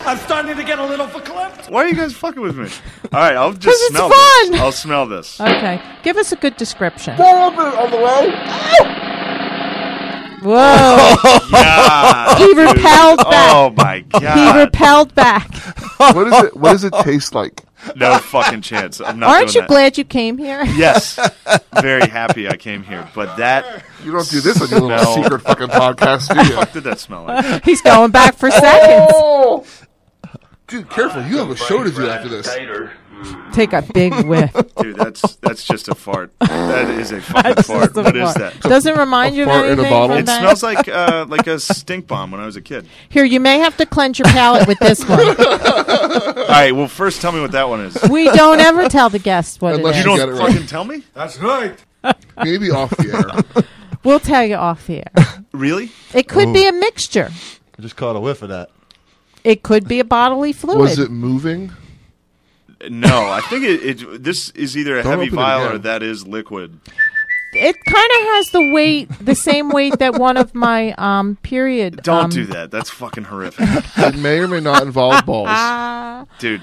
Speaker 5: I'm starting to get a little verklempt.
Speaker 9: Why are you guys fucking with me? All right, I'll
Speaker 1: 'Cause
Speaker 9: just
Speaker 1: it's
Speaker 9: smell
Speaker 1: fun.
Speaker 9: this. I'll smell this.
Speaker 1: Okay, give us a good description.
Speaker 6: On the way.
Speaker 1: Whoa.
Speaker 9: God,
Speaker 1: He
Speaker 9: Ah, dude.
Speaker 1: repelled back.
Speaker 9: Oh my
Speaker 1: He
Speaker 9: god.
Speaker 1: repelled back.
Speaker 6: What is it? What does it taste like?
Speaker 9: no fucking chance. I'm not
Speaker 1: Aren't
Speaker 9: doing
Speaker 1: you
Speaker 9: that.
Speaker 1: glad you came here?
Speaker 9: Yes. Very happy I came here, but that
Speaker 6: You don't do this on your little
Speaker 9: No.
Speaker 6: secret fucking podcast, do you?
Speaker 9: fuck did that smell like?
Speaker 1: He's going back for seconds.
Speaker 6: Dude, careful. You have a show to do after this.
Speaker 1: Take a big whiff.
Speaker 9: Dude, that's that's just a fart. That is a fucking fart.
Speaker 1: Just a
Speaker 9: What is
Speaker 1: fart.
Speaker 9: that?
Speaker 1: Doesn't remind you of
Speaker 6: fart in a
Speaker 1: anything.
Speaker 6: bottle?
Speaker 1: from
Speaker 9: It
Speaker 1: that?
Speaker 9: smells like uh, like a stink bomb when I was a kid.
Speaker 1: Here, you may have to cleanse your palate with this one.
Speaker 9: All right, well first tell me what that one is.
Speaker 1: We don't ever tell the guests what
Speaker 6: Unless
Speaker 1: it
Speaker 9: You
Speaker 1: is.
Speaker 6: you Get it
Speaker 9: don't
Speaker 6: right.
Speaker 9: fucking tell me?
Speaker 5: That's right.
Speaker 6: Maybe off the air.
Speaker 1: We'll tell you off the air.
Speaker 9: Really?
Speaker 1: It could
Speaker 9: Oh.
Speaker 1: be a mixture.
Speaker 8: I just caught a whiff of that.
Speaker 1: It could be a bodily fluid.
Speaker 6: Was it moving?
Speaker 9: No, I think it, it this is either a
Speaker 6: Don't
Speaker 9: heavy
Speaker 6: open it
Speaker 9: vial
Speaker 6: again.
Speaker 9: or that is liquid.
Speaker 1: It kind of has the weight, the same weight that one of my um period.
Speaker 9: Don't
Speaker 1: um,
Speaker 9: do that. That's fucking horrific.
Speaker 6: It may or may not involve balls.
Speaker 9: Dude,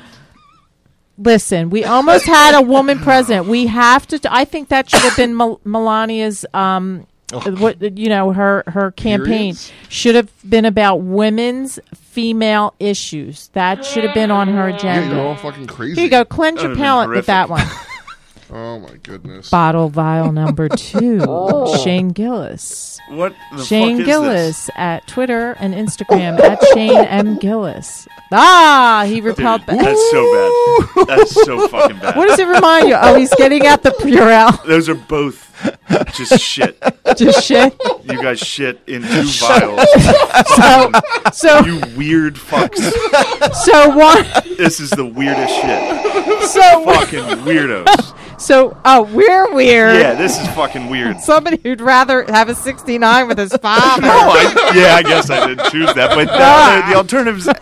Speaker 1: Listen, we almost had a woman president. We have to. I think that should have been Mel- Melania's. Um, what you know, her her campaign
Speaker 6: Periods?
Speaker 1: should have been about women's female issues. That should have been on her
Speaker 6: Yeah, you're
Speaker 1: agenda.
Speaker 6: all fucking crazy.
Speaker 1: Here you go. Cleanse
Speaker 9: That
Speaker 1: your
Speaker 9: would've been
Speaker 1: palate with that one.
Speaker 6: Oh my goodness.
Speaker 1: Bottle vial number two. Shane Gillis.
Speaker 9: what Oh. the
Speaker 1: Shane
Speaker 9: fuck is this?
Speaker 1: Gillis at Twitter and Instagram at Shane M Gillis. Ah, he repelled back.
Speaker 9: That's so bad. That's so fucking bad.
Speaker 1: What does it remind you? Oh, he's getting out the Purell.
Speaker 9: Those are both just shit.
Speaker 1: Just shit.
Speaker 9: You guys shit in two vials.
Speaker 1: So, so,
Speaker 9: You weird fucks.
Speaker 1: so one.
Speaker 9: This is the weirdest shit.
Speaker 1: So,
Speaker 9: Fucking weirdos.
Speaker 1: so, oh, we're weird.
Speaker 9: Yeah, this is fucking weird.
Speaker 1: Somebody who'd rather have a 69 with his father.
Speaker 9: Oh, I, yeah, I guess I didn't choose that, but no, the, the alternative's dead.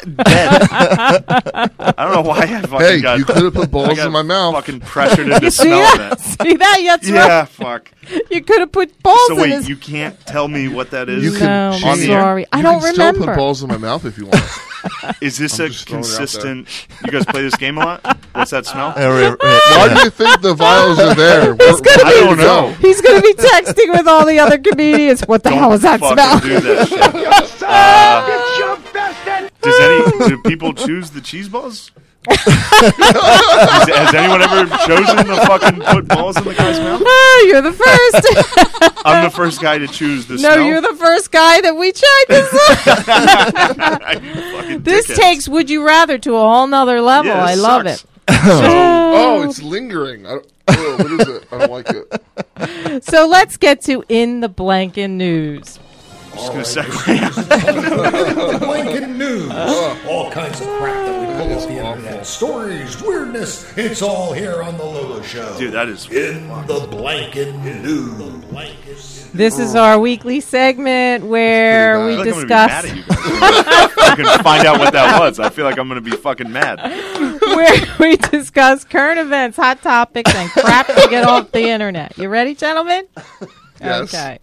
Speaker 9: I don't know why I fucking
Speaker 6: Hey,
Speaker 9: got.
Speaker 6: you could have put
Speaker 9: I
Speaker 6: balls
Speaker 9: got
Speaker 6: in my mouth.
Speaker 9: Fucking pressured into
Speaker 1: See
Speaker 9: smelling
Speaker 1: that?
Speaker 9: that.
Speaker 1: See that? Yeah, That's right.
Speaker 9: Yeah, fuck.
Speaker 1: You could have put balls
Speaker 9: So
Speaker 1: in
Speaker 9: wait,
Speaker 1: his.
Speaker 9: you can't tell me what that is.
Speaker 6: You
Speaker 1: no,
Speaker 6: can
Speaker 1: I'm
Speaker 9: on the air.
Speaker 1: sorry. I
Speaker 6: You
Speaker 1: don't
Speaker 6: can
Speaker 1: remember.
Speaker 6: still put balls in my mouth if you want.
Speaker 9: Is this
Speaker 6: I'm
Speaker 9: a
Speaker 6: just throwing it out there. Uh,
Speaker 9: consistent? You guys play this game a lot. What's that smell?
Speaker 8: Yeah, right, right,
Speaker 6: Why
Speaker 8: yeah.
Speaker 6: do you think the vials are there? We're-
Speaker 1: gonna
Speaker 6: I
Speaker 1: be-
Speaker 6: don't know.
Speaker 1: He's going to be texting with all the other comedians. What the hell was that
Speaker 9: fucking
Speaker 1: smell?
Speaker 9: do that shit. Uh, does any do people choose the cheese balls? Is- has anyone ever chosen to fucking put balls in the guy's mouth?
Speaker 1: Oh, you're the first.
Speaker 9: I'm the first guy to choose the
Speaker 1: no,
Speaker 9: smell.
Speaker 1: you're the first guy that we checked. This,
Speaker 9: Fucking
Speaker 1: this
Speaker 9: dickheads.
Speaker 1: takes Would You Rather to a whole nother level.
Speaker 9: Yeah,
Speaker 1: I
Speaker 9: this
Speaker 1: love
Speaker 9: sucks.
Speaker 1: it.
Speaker 6: Oh, it's lingering. I don't, oh, what is it? I don't like it.
Speaker 1: So let's get to in the blanket news.
Speaker 9: just gonna segue out of that.
Speaker 12: Blanket news. all kinds of crap that we pull off the internet. Stories, weirdness. It's all here on the Lolo Show.
Speaker 9: Dude, that is
Speaker 12: in the blanket news.
Speaker 1: This
Speaker 9: Oh.
Speaker 1: is our weekly segment where we
Speaker 9: I feel like
Speaker 1: discuss
Speaker 9: I'm gonna be mad at you guys. I can find out what that was. I feel like I'm gonna be fucking mad.
Speaker 1: where we discuss current events, hot topics, and crap to get off the internet. You ready, gentlemen?
Speaker 6: Yes.
Speaker 1: Okay.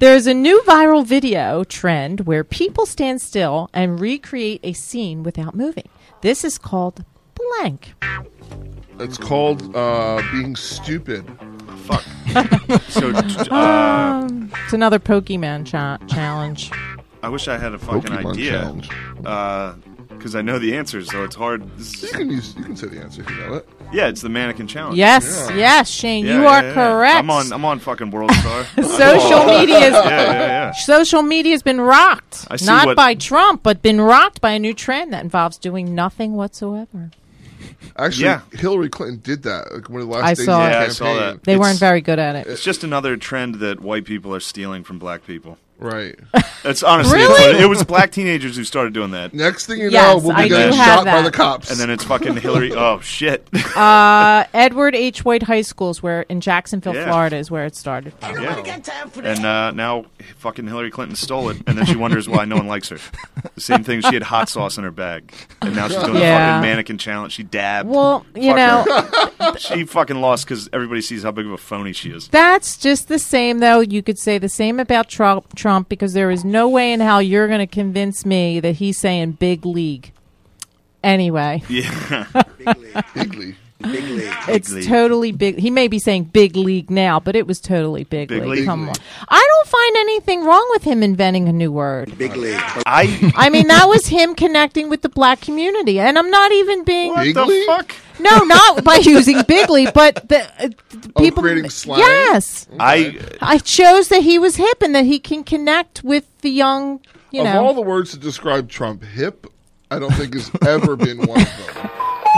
Speaker 1: There's a new viral video trend where people stand still and recreate a scene without moving. This is called blank.
Speaker 6: It's called uh, being stupid. Fuck.
Speaker 9: So, uh,
Speaker 1: Um, it's another Pokemon cha- challenge.
Speaker 9: I wish I had a fucking
Speaker 6: Pokemon
Speaker 9: idea. Because I know the answer, so it's hard. You
Speaker 6: can, use, you can say the answer if you know it.
Speaker 9: Yeah, it's the mannequin challenge.
Speaker 1: Yes, Yeah. yes, Shane, you are correct.
Speaker 9: I'm on. I'm on fucking World Star.
Speaker 1: Social media's
Speaker 9: Yeah, yeah, yeah.
Speaker 1: social media's been rocked,
Speaker 9: I see
Speaker 1: not
Speaker 9: what-
Speaker 1: by Trump, but been rocked by a new trend that involves doing nothing whatsoever.
Speaker 6: Actually,
Speaker 9: Yeah.
Speaker 6: Hillary Clinton did that. Like one of the last
Speaker 1: I
Speaker 6: days
Speaker 1: saw it.
Speaker 6: of the
Speaker 1: Yeah, I
Speaker 6: campaign.
Speaker 1: saw that. They weren't very good at it.
Speaker 9: It's just another trend that white people are stealing from black people.
Speaker 6: Right.
Speaker 9: That's honestly. it's
Speaker 6: Really?
Speaker 9: what- It was black teenagers who started doing that.
Speaker 6: Next thing you
Speaker 1: Yes,
Speaker 6: know, we'll
Speaker 1: I
Speaker 6: be getting
Speaker 1: do have
Speaker 6: shot by
Speaker 1: that.
Speaker 6: the cops.
Speaker 9: And then it's fucking Hillary. Oh shit.
Speaker 1: uh, Edward H. White High School is where in Jacksonville,
Speaker 9: Yeah.
Speaker 1: Florida, is where it started.
Speaker 9: Yeah. And uh, now fucking Hillary Clinton stole it, and then she wonders why no one likes her. The same thing. She had hot sauce in her bag, and now she's doing
Speaker 1: Yeah.
Speaker 9: the fucking mannequin challenge. She dabbed.
Speaker 1: Well, you
Speaker 9: Fuck
Speaker 1: know,
Speaker 9: her. she fucking lost because everybody sees how big of a phony she is.
Speaker 1: that's just the same, though. You could say the same about Trump, Trump because there is no way in hell you're going to convince me that he's saying big league. Anyway,
Speaker 9: Yeah.
Speaker 6: Big league.
Speaker 12: Big league.
Speaker 1: it's totally big. He may be saying big league now, but it was totally big,
Speaker 9: Big
Speaker 1: league.
Speaker 9: league.
Speaker 1: Come on, I don't find anything wrong with him inventing a new word.
Speaker 12: Big league.
Speaker 9: I.
Speaker 1: I mean, that was him connecting with the black community, and I'm not even being
Speaker 9: What the fuck?
Speaker 1: No, not by using Bigley, but the, uh, the
Speaker 6: Oh,
Speaker 1: people.
Speaker 6: creating slang?
Speaker 1: Yes,
Speaker 9: I.
Speaker 1: I chose that he was hip and that he can connect with the young. You
Speaker 6: of
Speaker 1: know,
Speaker 6: all the words to describe Trump, hip, I don't think has ever been one of them.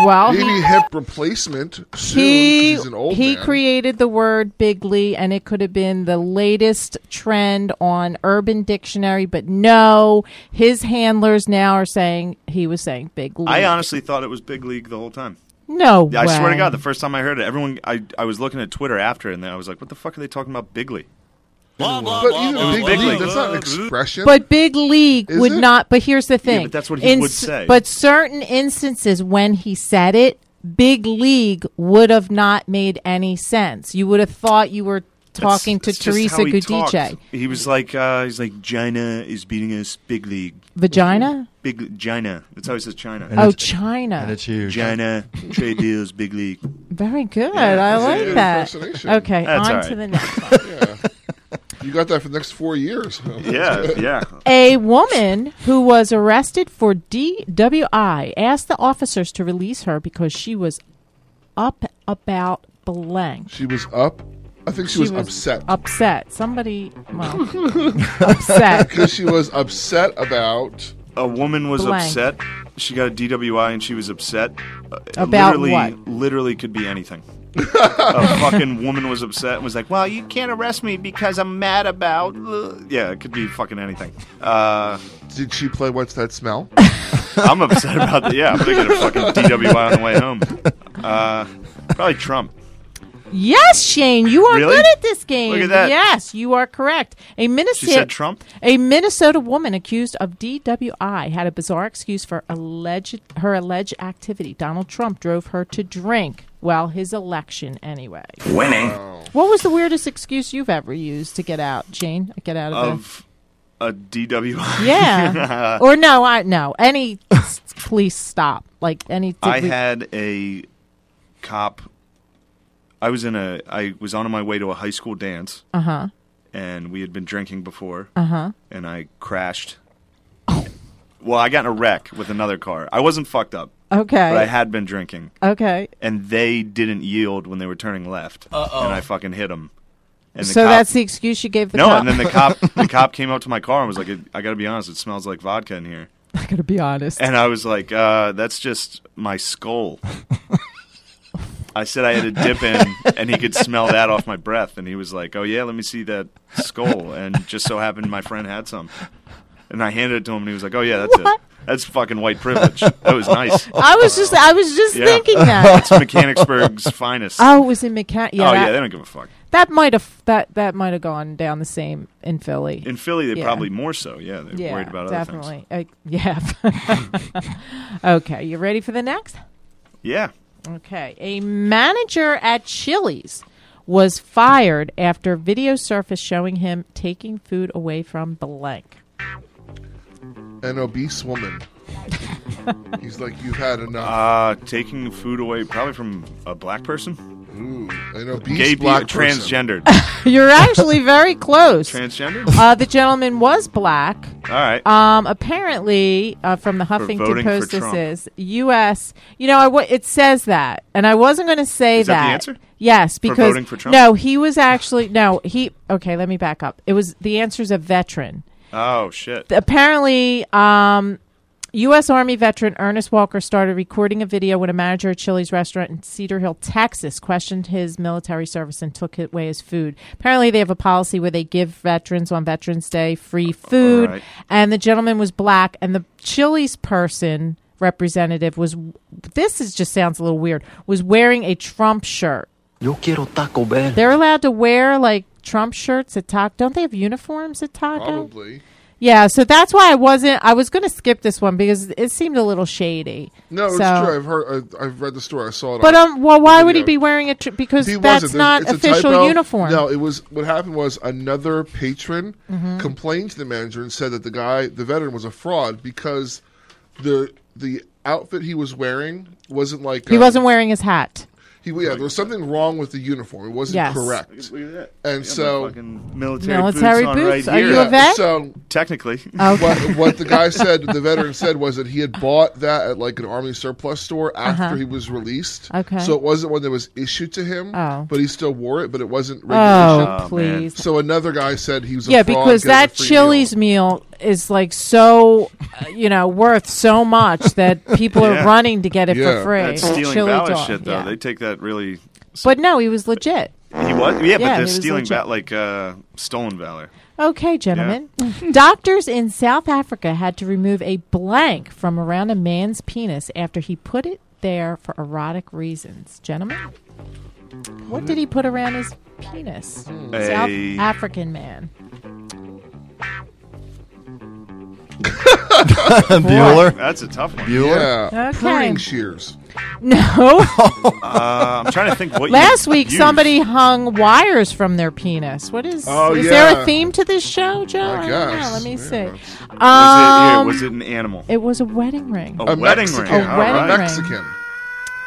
Speaker 1: well,
Speaker 6: Maybe
Speaker 1: he
Speaker 6: hip replacement soon. 'cause
Speaker 1: Uh-huh. he,
Speaker 6: he's an old
Speaker 1: he
Speaker 6: man.
Speaker 1: created the word Bigley, and it could have been the latest trend on Urban Dictionary, but no, his handlers now are saying he was saying Bigley.
Speaker 9: I honestly thought it was big league the whole time.
Speaker 1: no,
Speaker 9: Yeah, I swear to
Speaker 1: way.
Speaker 9: God, the first time I heard it, everyone. I, I was looking at Twitter after, and then I was like, "What the fuck are they talking about, Big League?
Speaker 6: but even
Speaker 9: blah,
Speaker 6: big
Speaker 9: blah,
Speaker 6: league,
Speaker 9: blah,
Speaker 6: that's not an expression.
Speaker 1: But big league
Speaker 6: Is
Speaker 1: would
Speaker 6: it?
Speaker 1: not. But here's the thing.
Speaker 9: but that's what he would say.
Speaker 1: But certain instances when he said it, big league would have not made any sense. You would have thought you were
Speaker 9: That's-
Speaker 1: talking
Speaker 9: that's
Speaker 1: to
Speaker 9: just
Speaker 1: Teresa
Speaker 9: how he
Speaker 1: Gudice.
Speaker 9: talked. He was like, uh, he's like, China is beating us, Big League.
Speaker 1: Vagina?
Speaker 9: Big China. That's how he says China.
Speaker 1: oh, China.
Speaker 9: huge. China trade deals, Big League.
Speaker 1: Very good.
Speaker 6: Yeah,
Speaker 1: I
Speaker 6: that's a
Speaker 1: like
Speaker 6: good
Speaker 1: that.
Speaker 6: impersonation.
Speaker 1: Okay,
Speaker 9: That's
Speaker 1: on
Speaker 9: all right.
Speaker 1: to the next.
Speaker 6: you got that for the next four years.
Speaker 9: Yeah, yeah.
Speaker 1: A woman who was arrested for DWI asked the officers to release her because she was up about blank.
Speaker 6: She was up. I think she, was, upset
Speaker 1: Upset. Somebody well, upset.
Speaker 6: because she was upset about
Speaker 9: A woman was
Speaker 1: Blank.
Speaker 9: upset. She got a DWI and she was upset. Uh,
Speaker 1: About
Speaker 9: literally,
Speaker 1: what?
Speaker 9: Literally could be anything. a fucking woman was upset and was like, well, you can't arrest me because I'm mad about. uh, Yeah, it could be fucking anything. Uh,
Speaker 6: Did she play What's That Smell?
Speaker 9: I'm upset about that. Yeah, I'm going to get a fucking DWI on the way home. Uh, probably Trump.
Speaker 1: Yes, Shane, you are
Speaker 9: Really?
Speaker 1: good at this game.
Speaker 9: Look at that.
Speaker 1: Yes, you are correct. A Minnesota
Speaker 9: said Trump?
Speaker 1: A Minnesota woman accused of DWI had a bizarre excuse for alleged her alleged activity. Donald Trump drove her to drink. Well, his election anyway.
Speaker 7: Winning.
Speaker 1: What was the weirdest excuse you've ever used to get out, Shane? Get out of,
Speaker 9: Of a DWI.
Speaker 1: there. Yeah. or no, I no. Any s- police stop. Like any
Speaker 9: I
Speaker 1: we-
Speaker 9: had a cop. I was in a. I was on my way to a high school dance,
Speaker 1: Uh-huh.
Speaker 9: and we had been drinking before,
Speaker 1: Uh-huh.
Speaker 9: and I crashed. well, I got in a wreck with another car. I wasn't fucked up, but I
Speaker 1: Okay.
Speaker 9: had been drinking,
Speaker 1: okay.
Speaker 9: and they didn't yield when they were turning left, and I fucking hit them. And the
Speaker 1: So
Speaker 9: cop-
Speaker 1: that's the excuse you gave the
Speaker 9: no,
Speaker 1: cop?
Speaker 9: and then the cop the cop came up to my car and was like, "I got to be honest, it smells like vodka in here."
Speaker 1: I gotta be honest.
Speaker 9: And I was like, uh, that's just my skull. I said I had a dip in, and he could smell that off my breath. And he was like, "Oh yeah, let me see that skull." And just so happened, my friend had some, and I handed it to him, and he was like, "Oh yeah, that's
Speaker 1: What?
Speaker 9: it. That's fucking white privilege. That was nice."
Speaker 1: I was just, I was just
Speaker 9: Yeah.
Speaker 1: thinking that.
Speaker 9: it's Mechanicsburg's finest.
Speaker 1: Oh, it was in McCann. Yeah,
Speaker 9: oh
Speaker 1: that,
Speaker 9: yeah, they don't give a fuck.
Speaker 1: That might have that that might have gone down the same in Philly.
Speaker 9: In Philly, they
Speaker 1: Yeah.
Speaker 9: probably more so. Yeah, they're
Speaker 1: yeah,
Speaker 9: worried about other things.
Speaker 1: definitely. Uh, yeah. okay, you ready for the next?
Speaker 9: Yeah.
Speaker 1: Okay. A manager at Chili's was fired after video surfaced showing him taking food away from blank.
Speaker 6: An obese woman. He's like, you've had enough.
Speaker 9: Uh, taking food away probably from a black person.
Speaker 6: Ooh, an obese
Speaker 9: Gay
Speaker 6: black
Speaker 9: people,
Speaker 6: person.
Speaker 9: transgendered.
Speaker 1: You're actually very close.
Speaker 9: Transgender?
Speaker 1: Uh, the gentleman was black.
Speaker 9: All right.
Speaker 1: Um, apparently, uh, from the
Speaker 9: For
Speaker 1: Huffington
Speaker 9: voting for
Speaker 1: Post, this
Speaker 9: Trump.
Speaker 1: is U.S. You know, I w- it says that, and I wasn't going to say
Speaker 9: Is that the answer?
Speaker 1: Yes,
Speaker 9: For
Speaker 1: because
Speaker 9: voting for Trump?
Speaker 1: no, he was actually no, he. Okay, let me back up. It was the answer's a veteran.
Speaker 9: oh shit.
Speaker 1: Apparently, um, U.S. Army veteran Ernest Walker started recording a video when a manager at Chili's restaurant in Cedar Hill, Texas, questioned his military service and took away his food. Apparently, they have a policy where they give veterans on Veterans Day free food,
Speaker 13: right.
Speaker 1: and the gentleman was black, and the Chili's person representative was. This is just sounds a little weird. Was wearing a Trump shirt.
Speaker 14: Yo quiero Taco Bell.
Speaker 1: They're allowed to wear like Trump shirts at Taco. Don't they have uniforms at Taco?
Speaker 6: Probably.
Speaker 1: Yeah, so that's why I wasn't. I was going to skip this one because it seemed a little shady.
Speaker 6: No, it's
Speaker 1: so,
Speaker 6: true. I've heard. I, I've read the story. I saw it.
Speaker 1: But
Speaker 6: on-
Speaker 1: um, well, why
Speaker 6: the
Speaker 1: would he
Speaker 6: video.
Speaker 1: be wearing a? Tr- because
Speaker 6: He wasn't.
Speaker 1: that's
Speaker 6: There's-
Speaker 1: not
Speaker 6: it's a
Speaker 1: official
Speaker 6: typo.
Speaker 1: uniform.
Speaker 6: No, it was. What happened was another patron
Speaker 1: Mm-hmm.
Speaker 6: complained to the manager and said that the guy, the veteran, was a fraud because the the outfit he was wearing wasn't like
Speaker 1: he
Speaker 6: um,
Speaker 1: wasn't wearing his hat.
Speaker 6: He, yeah, there was something wrong with the uniform. It wasn't
Speaker 1: Yes.
Speaker 6: correct.
Speaker 9: Look at that.
Speaker 6: And so,
Speaker 9: military,
Speaker 1: Military
Speaker 9: boots, on
Speaker 1: boots?
Speaker 9: right
Speaker 1: Are
Speaker 9: here.
Speaker 1: you a vet?
Speaker 6: So
Speaker 9: technically,
Speaker 6: what, what the guy said, the veteran said, was that he had bought that at like an army surplus store after
Speaker 1: Uh-huh.
Speaker 6: he was released.
Speaker 1: Okay.
Speaker 6: so it wasn't one that was issued to him.
Speaker 1: Oh.
Speaker 6: but he still wore it, but it wasn't.
Speaker 1: Oh,
Speaker 6: Regulation.
Speaker 1: Oh, man. please.
Speaker 6: So another guy said he was.
Speaker 1: yeah,
Speaker 6: a fraud,
Speaker 1: because
Speaker 6: get a
Speaker 1: that
Speaker 6: free
Speaker 1: Chili's meal. is like so, uh, you know, worth so much that people
Speaker 9: Yeah.
Speaker 1: are running to get it for free.
Speaker 9: That's stealing
Speaker 1: Chili
Speaker 9: ballot
Speaker 1: dog,
Speaker 9: shit, though.
Speaker 1: yeah.
Speaker 9: They take that really.
Speaker 1: But no, he was legit.
Speaker 9: He was, yeah, but
Speaker 1: he
Speaker 9: they're
Speaker 1: was
Speaker 9: stealing
Speaker 1: legit.
Speaker 9: ba- like uh, stolen valor.
Speaker 1: Okay, gentlemen. Doctors in South Africa had to remove a blank from around a man's penis after he put it there for erotic reasons. Gentlemen, what did he put around his penis? South
Speaker 9: A-
Speaker 1: African man.
Speaker 9: Bueller? That's a tough one.
Speaker 6: Bueller?
Speaker 1: Yeah. Okay.
Speaker 6: Pruning shears.
Speaker 1: No.
Speaker 9: uh, I'm trying to think what. you
Speaker 1: Last week,
Speaker 9: used.
Speaker 1: somebody hung wires from their penis. What is?
Speaker 9: Oh,
Speaker 1: is there
Speaker 9: yeah.
Speaker 1: a theme to this show, Joe?
Speaker 9: I
Speaker 1: I, don't know.
Speaker 9: guess.
Speaker 1: Let me see.
Speaker 9: Was it, yeah,
Speaker 1: Um,
Speaker 9: was it Oh. an animal?
Speaker 1: It was a wedding ring.
Speaker 9: A A wedding Mexican. ring.
Speaker 1: A
Speaker 9: All
Speaker 1: wedding
Speaker 9: right.
Speaker 1: ring.
Speaker 9: Mexican.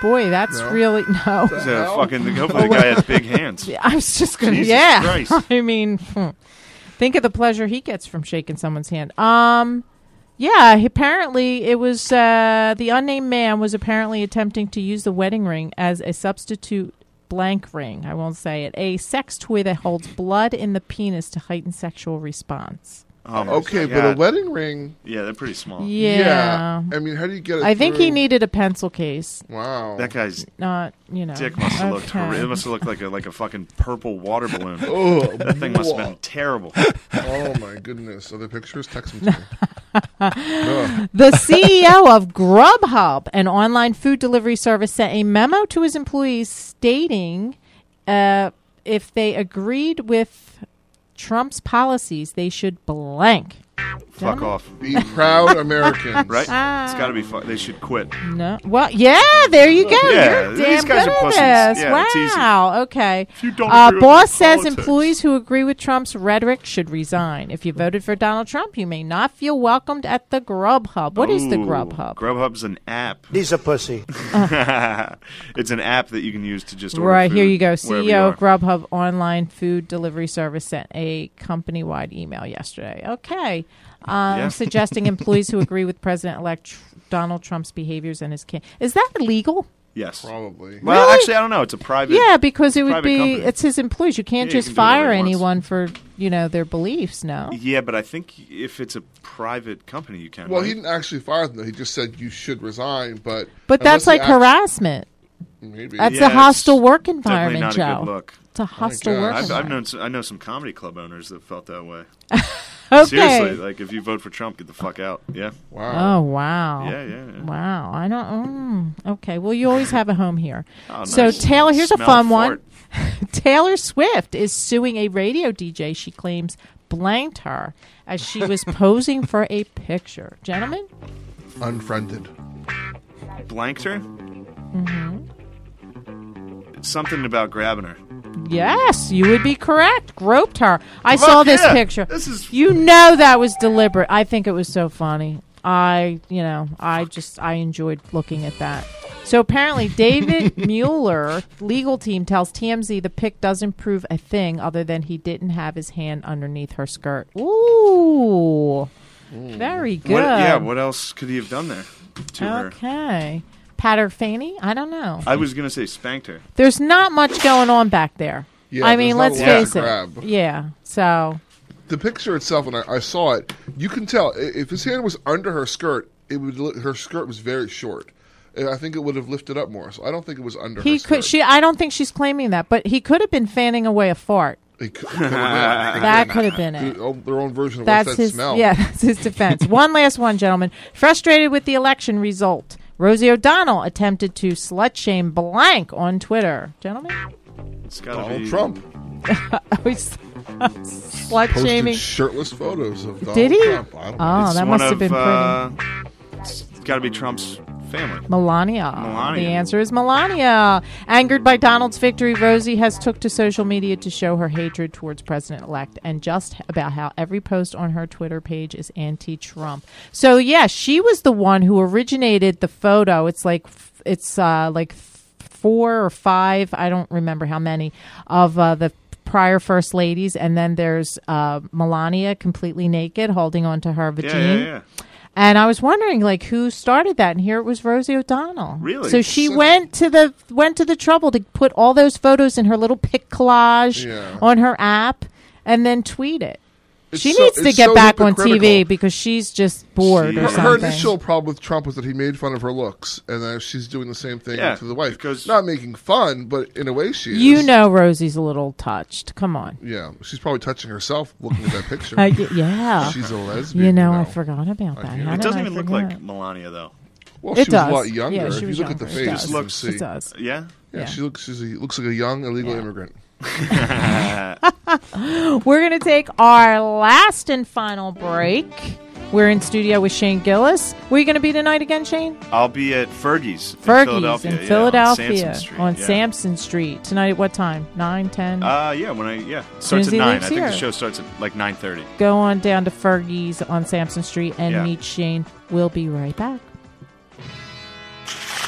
Speaker 1: Boy, that's
Speaker 9: No.
Speaker 1: really no.
Speaker 9: It's a fucking. Hopefully, the guy has big hands.
Speaker 1: Yeah, I was just gonna.
Speaker 9: Jesus
Speaker 1: yeah.
Speaker 9: Christ.
Speaker 1: I mean, hmm. think of the pleasure he gets from shaking someone's hand. Um. Yeah, he- apparently it was uh, the unnamed man was apparently attempting to use the wedding ring as a substitute blank ring. I won't say it. A sex toy that holds blood in the penis to heighten sexual response.
Speaker 9: Oh, my
Speaker 6: okay, but
Speaker 9: God.
Speaker 6: a wedding ring.
Speaker 9: Yeah, they're pretty small.
Speaker 1: Yeah.
Speaker 6: I mean, how do you get? it
Speaker 1: I think he
Speaker 6: through?
Speaker 1: needed a pencil case.
Speaker 6: Wow.
Speaker 9: That guy's
Speaker 1: Not you know.
Speaker 9: dick must have looked.
Speaker 1: Okay.
Speaker 9: Horri- it must have looked like a like a fucking purple water balloon.
Speaker 6: Oh,
Speaker 9: that thing must have
Speaker 6: whoa.
Speaker 9: been terrible.
Speaker 6: Oh my goodness! Are there pictures? Text them to me. Ugh.
Speaker 1: The CEO of Grubhub, an online food delivery service, sent a memo to his employees stating uh, if they agreed with Trump's policies, they should blank.
Speaker 9: Fuck off.
Speaker 6: Be proud Americans.
Speaker 9: Right? It's got to be.
Speaker 1: Ah.
Speaker 9: Fu- they should quit.
Speaker 1: No. Well, yeah, there you go.
Speaker 9: Yeah,
Speaker 1: You're
Speaker 9: these
Speaker 1: damn
Speaker 9: guys
Speaker 1: good
Speaker 9: are
Speaker 1: at
Speaker 9: pussies.
Speaker 1: this.
Speaker 9: Yeah, it's easy.
Speaker 1: wow. Okay.
Speaker 9: don't
Speaker 1: uh,
Speaker 9: agree with
Speaker 1: boss
Speaker 9: the
Speaker 1: says
Speaker 9: politics.
Speaker 1: employees who agree with Trump's rhetoric should resign. If you voted for Donald Trump, you may not feel welcomed at the Grubhub. What is the
Speaker 9: Ooh,
Speaker 1: Grubhub?
Speaker 9: Grubhub's an app.
Speaker 14: He's a pussy.
Speaker 9: it's an app that you can use to just order
Speaker 1: Right, here
Speaker 9: food
Speaker 1: you go.
Speaker 9: wherever you
Speaker 1: CEO
Speaker 9: are.
Speaker 1: of Grubhub online food delivery service sent a company wide email yesterday. Okay. Um,
Speaker 13: Yeah.
Speaker 1: Suggesting employees who agree with President elect Tr- Donald Trump's behaviors and his can. Is that illegal?
Speaker 9: Yes,
Speaker 6: probably.
Speaker 9: Well,
Speaker 1: Really?
Speaker 9: actually, I don't know. It's a private.
Speaker 1: yeah, because it would
Speaker 9: private
Speaker 1: be.
Speaker 9: company.
Speaker 1: It's his employees. You can't
Speaker 9: Yeah, you
Speaker 1: just
Speaker 9: can do whatever
Speaker 1: fire
Speaker 9: he wants.
Speaker 1: anyone for, you know, their beliefs, no?
Speaker 9: Yeah, but I think if it's a private company, you can.
Speaker 6: Well,
Speaker 9: right?
Speaker 6: he didn't actually fire them. though. He just said you should resign. But
Speaker 1: But
Speaker 6: unless
Speaker 1: that's
Speaker 6: they
Speaker 1: like
Speaker 6: act-
Speaker 1: harassment.
Speaker 6: Maybe.
Speaker 1: That's
Speaker 9: Yeah,
Speaker 1: a
Speaker 9: it's
Speaker 1: hostile work
Speaker 9: definitely
Speaker 1: environment,
Speaker 9: not a
Speaker 1: Joe.
Speaker 9: good look.
Speaker 1: It's a hostile work
Speaker 9: I've, I've
Speaker 1: environment.
Speaker 9: known. s- I know some comedy club owners that felt that way.
Speaker 1: Okay.
Speaker 9: Seriously, like if you vote for Trump, get the fuck out. Yeah.
Speaker 1: Oh wow!
Speaker 9: Yeah, yeah. yeah.
Speaker 1: Wow, I don't. Mm, okay, well, you always have a home here.
Speaker 9: Oh,
Speaker 1: so
Speaker 9: nice.
Speaker 1: Taylor, here's a
Speaker 9: Smell
Speaker 1: fun one. Taylor Swift is suing a radio DJ she claims blanked her as she was posing for a picture. Gentlemen, Oh.
Speaker 6: Unfriended.
Speaker 9: Blanked her.
Speaker 1: hmm
Speaker 9: Something about grabbing her.
Speaker 1: yes, you would be correct. Groped her. I
Speaker 9: Fuck
Speaker 1: saw this
Speaker 9: yeah.
Speaker 1: picture.
Speaker 9: This is-
Speaker 1: you know that was deliberate. I think it was so funny. I, you know, I just I enjoyed looking at that. So apparently, David Mueller, legal team, tells TMZ the pic doesn't prove a thing other than he didn't have his hand underneath her skirt. Ooh, very good.
Speaker 9: What, yeah. What else could he have done there to her?
Speaker 1: okay, Patter Fanny. I don't know.
Speaker 9: I was gonna say spanked her.
Speaker 1: There's not much going on back there.
Speaker 6: Yeah,
Speaker 1: I mean, let's
Speaker 6: there's not a lot to
Speaker 1: face it.
Speaker 6: grab.
Speaker 1: Yeah. So
Speaker 6: The picture itself, when I, I saw it, you can tell i- if his hand was under her skirt, it would li- her skirt was very short. And I think it would have lifted up more. So I don't think it was under.
Speaker 1: he
Speaker 6: her skirt.
Speaker 1: could. She. I don't think she's claiming that, but he could have been fanning away a fart.
Speaker 6: It could-
Speaker 1: That could have been it.
Speaker 6: Their own- Their own version of
Speaker 1: That's
Speaker 6: what's that
Speaker 1: his.
Speaker 6: smell.
Speaker 1: Yeah, that's his defense. one last one, gentlemen. Frustrated with the election result, Rosie O'Donnell attempted to slut shame blank on Twitter. Gentlemen, Oh,
Speaker 9: It's gotta
Speaker 6: Donald
Speaker 9: be
Speaker 6: Trump.
Speaker 1: Always slut
Speaker 6: Posted
Speaker 1: shaming.
Speaker 6: shirtless photos of Donald
Speaker 1: Did he?
Speaker 6: Trump. I don't know.
Speaker 1: Oh,
Speaker 9: It's
Speaker 1: that
Speaker 9: one
Speaker 1: must have
Speaker 9: of,
Speaker 1: been pretty.
Speaker 9: Uh, it's got to be Trump's family.
Speaker 1: Melania.
Speaker 9: Melania.
Speaker 1: The answer is Melania. Angered by Donald's victory, Rosie has took to social media to show her hatred towards President-elect and just about how every post on her Twitter page is anti-Trump. So yeah, she was the one who originated the photo. It's like it's uh, like four or five, I don't remember how many, of uh, the prior first ladies, and then there's uh, Melania completely naked, holding onto her
Speaker 9: yeah,
Speaker 1: vagina.
Speaker 9: yeah.
Speaker 1: And I was wondering, like, who started that? And here it was Rosie O'Donnell.
Speaker 9: Really?
Speaker 1: So she
Speaker 9: Such-
Speaker 1: went to the went to the trouble to put all those photos in her little pic collage
Speaker 6: Yeah.
Speaker 1: on her app, and then tweet it.
Speaker 6: It's
Speaker 1: she
Speaker 6: so-
Speaker 1: needs to
Speaker 6: it's
Speaker 1: get
Speaker 6: so
Speaker 1: back on
Speaker 6: hypocritical.
Speaker 1: TV because she's just bored
Speaker 6: Her,
Speaker 1: or
Speaker 6: her
Speaker 1: something.
Speaker 6: initial problem with Trump was that he made fun of her looks, and then she's doing the same thing
Speaker 1: Yeah,
Speaker 6: to the wife. Not making fun, but in a way she is.
Speaker 1: you know, Rosie's a little touched. Come on.
Speaker 6: Yeah, she's probably touching herself looking at that picture.
Speaker 1: I get- yeah.
Speaker 6: She's a lesbian.
Speaker 1: You know, I forgot about that. How
Speaker 9: It
Speaker 1: did
Speaker 9: doesn't
Speaker 1: I
Speaker 9: even look
Speaker 1: forget?
Speaker 9: like Melania though.
Speaker 6: Well,
Speaker 1: It
Speaker 6: she was
Speaker 1: does.
Speaker 6: a lot younger.
Speaker 1: Yeah, she
Speaker 6: if you
Speaker 1: was
Speaker 6: look at the
Speaker 1: younger.
Speaker 6: face,
Speaker 1: It does.
Speaker 6: you can see.
Speaker 1: It does.
Speaker 9: Yeah?
Speaker 6: yeah,
Speaker 1: Yeah.
Speaker 6: She looks. She's a, looks like a young illegal immigrant.
Speaker 1: We're going to take our last and final break. We're in studio with Shane Gillis. Where you going to be tonight again, Shane?
Speaker 9: I'll be at Fergie's, in
Speaker 1: Fergie's
Speaker 9: Philadelphia,
Speaker 1: in
Speaker 9: yeah,
Speaker 1: Philadelphia
Speaker 9: on Sampson Street. yeah.
Speaker 1: Sampson Street. Tonight at what time? 9, 10?
Speaker 9: Uh, yeah, when I yeah
Speaker 1: Soon as
Speaker 9: starts at
Speaker 1: he
Speaker 9: nine. I
Speaker 1: leaves
Speaker 9: think
Speaker 1: here.
Speaker 9: the show starts at like nine thirty.
Speaker 1: Go on down to Fergie's on Sampson Street and
Speaker 9: Yeah.
Speaker 1: meet Shane. We'll be right back.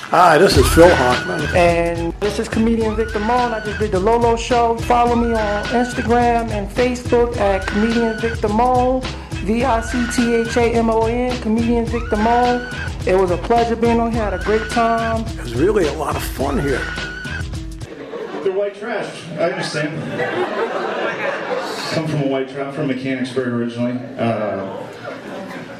Speaker 14: Hi, this is Phil Hoffman.
Speaker 13: And this is comedian Victor Mon. I just did the Lolo Show. Follow me on Instagram and Facebook at comedian Victor Mon. V I C T H A M O N. Comedian Victor Mon. It was a pleasure being on here. I had a great time.
Speaker 14: It was really a lot of fun here.
Speaker 11: They're white trash. I understand. Come from a white trash, from Mechanicsburg originally. Uh,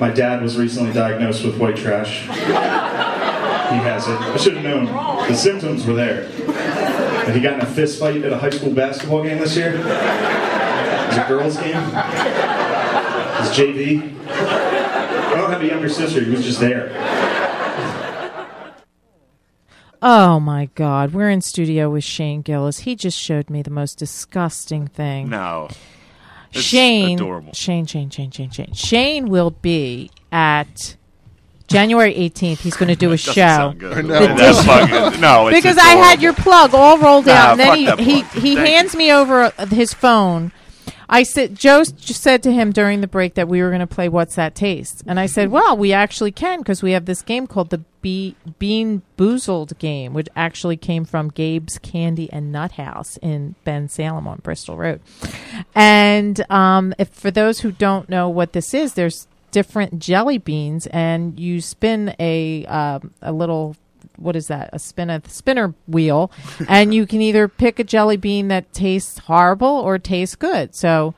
Speaker 11: my dad was recently diagnosed with white trash. He has it. I should have known. The symptoms were there. But he got in a fist fight at a high school basketball game this year. It was a girls' game. It was JV. I don't have a younger sister. He was just there.
Speaker 1: Oh my God. We're in studio with Shane Gillis. He just showed me the most disgusting thing.
Speaker 9: No, It's
Speaker 1: Shane,
Speaker 9: adorable.
Speaker 1: Shane, Shane, Shane, Shane, Shane. Shane will be at January 18th. He's going to do a
Speaker 9: Doesn't
Speaker 1: show.
Speaker 9: sound good.
Speaker 1: The
Speaker 9: No, that's
Speaker 1: D-
Speaker 9: fucking- no, it's
Speaker 1: because I had your plug all rolled
Speaker 9: Nah,
Speaker 1: out, and
Speaker 9: fuck
Speaker 1: then
Speaker 9: that
Speaker 1: he
Speaker 9: plug.
Speaker 1: he, he
Speaker 9: Thank
Speaker 1: hands me over uh, his phone. I said, Joe s- just said to him during the break that we were going to play What's That Taste? And I said, well, we actually can because we have this game called the Be- Bean Boozled game, which actually came from Gabe's Candy and Nut House in Ben Salem on Bristol Road. And um, if for those who don't know what this is, there's different jelly beans, and you spin a um, a little what is that a spin a spinner wheel and you can either pick a jelly bean that tastes horrible or tastes good so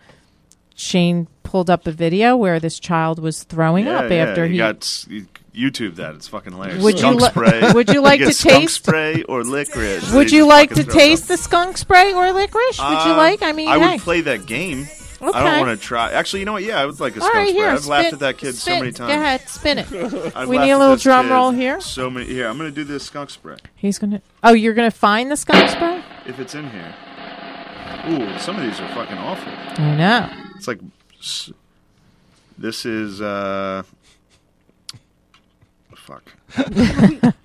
Speaker 1: shane pulled up a video where this child was throwing
Speaker 9: yeah,
Speaker 1: up
Speaker 9: yeah,
Speaker 1: after
Speaker 9: he,
Speaker 1: he
Speaker 9: got s- he, YouTube that. It's fucking hilarious.
Speaker 1: Would you
Speaker 9: skunk
Speaker 1: li-
Speaker 9: spray?
Speaker 1: would you like
Speaker 9: get
Speaker 1: to
Speaker 9: skunk
Speaker 1: taste-
Speaker 9: spray or licorice? They
Speaker 1: Would you
Speaker 9: just
Speaker 1: like
Speaker 9: fucking
Speaker 1: to
Speaker 9: throw it
Speaker 1: taste the skunk spray or licorice?
Speaker 9: up.
Speaker 1: would you
Speaker 9: Uh,
Speaker 1: like? I mean,
Speaker 9: I
Speaker 1: hey.
Speaker 9: would play that game. I
Speaker 1: Okay.
Speaker 9: don't want to try. Actually, you know what? Yeah, I would like a
Speaker 1: All
Speaker 9: skunk
Speaker 1: right,
Speaker 9: spray.
Speaker 1: here,
Speaker 9: I've laughed
Speaker 1: spin-
Speaker 9: at that kid so
Speaker 1: spin-
Speaker 9: many times.
Speaker 1: Go ahead, spin it.
Speaker 9: I've
Speaker 1: we
Speaker 9: laughed
Speaker 1: need a
Speaker 9: at
Speaker 1: little
Speaker 9: this
Speaker 1: drum
Speaker 9: kid
Speaker 1: roll here.
Speaker 9: So many. Here, I'm going to do this skunk spray.
Speaker 1: He's gonna. Oh, you're gonna find the skunk spray?
Speaker 9: If it's in here. Ooh, some of these are fucking awful.
Speaker 1: I know.
Speaker 9: It's like s- this is uh fuck.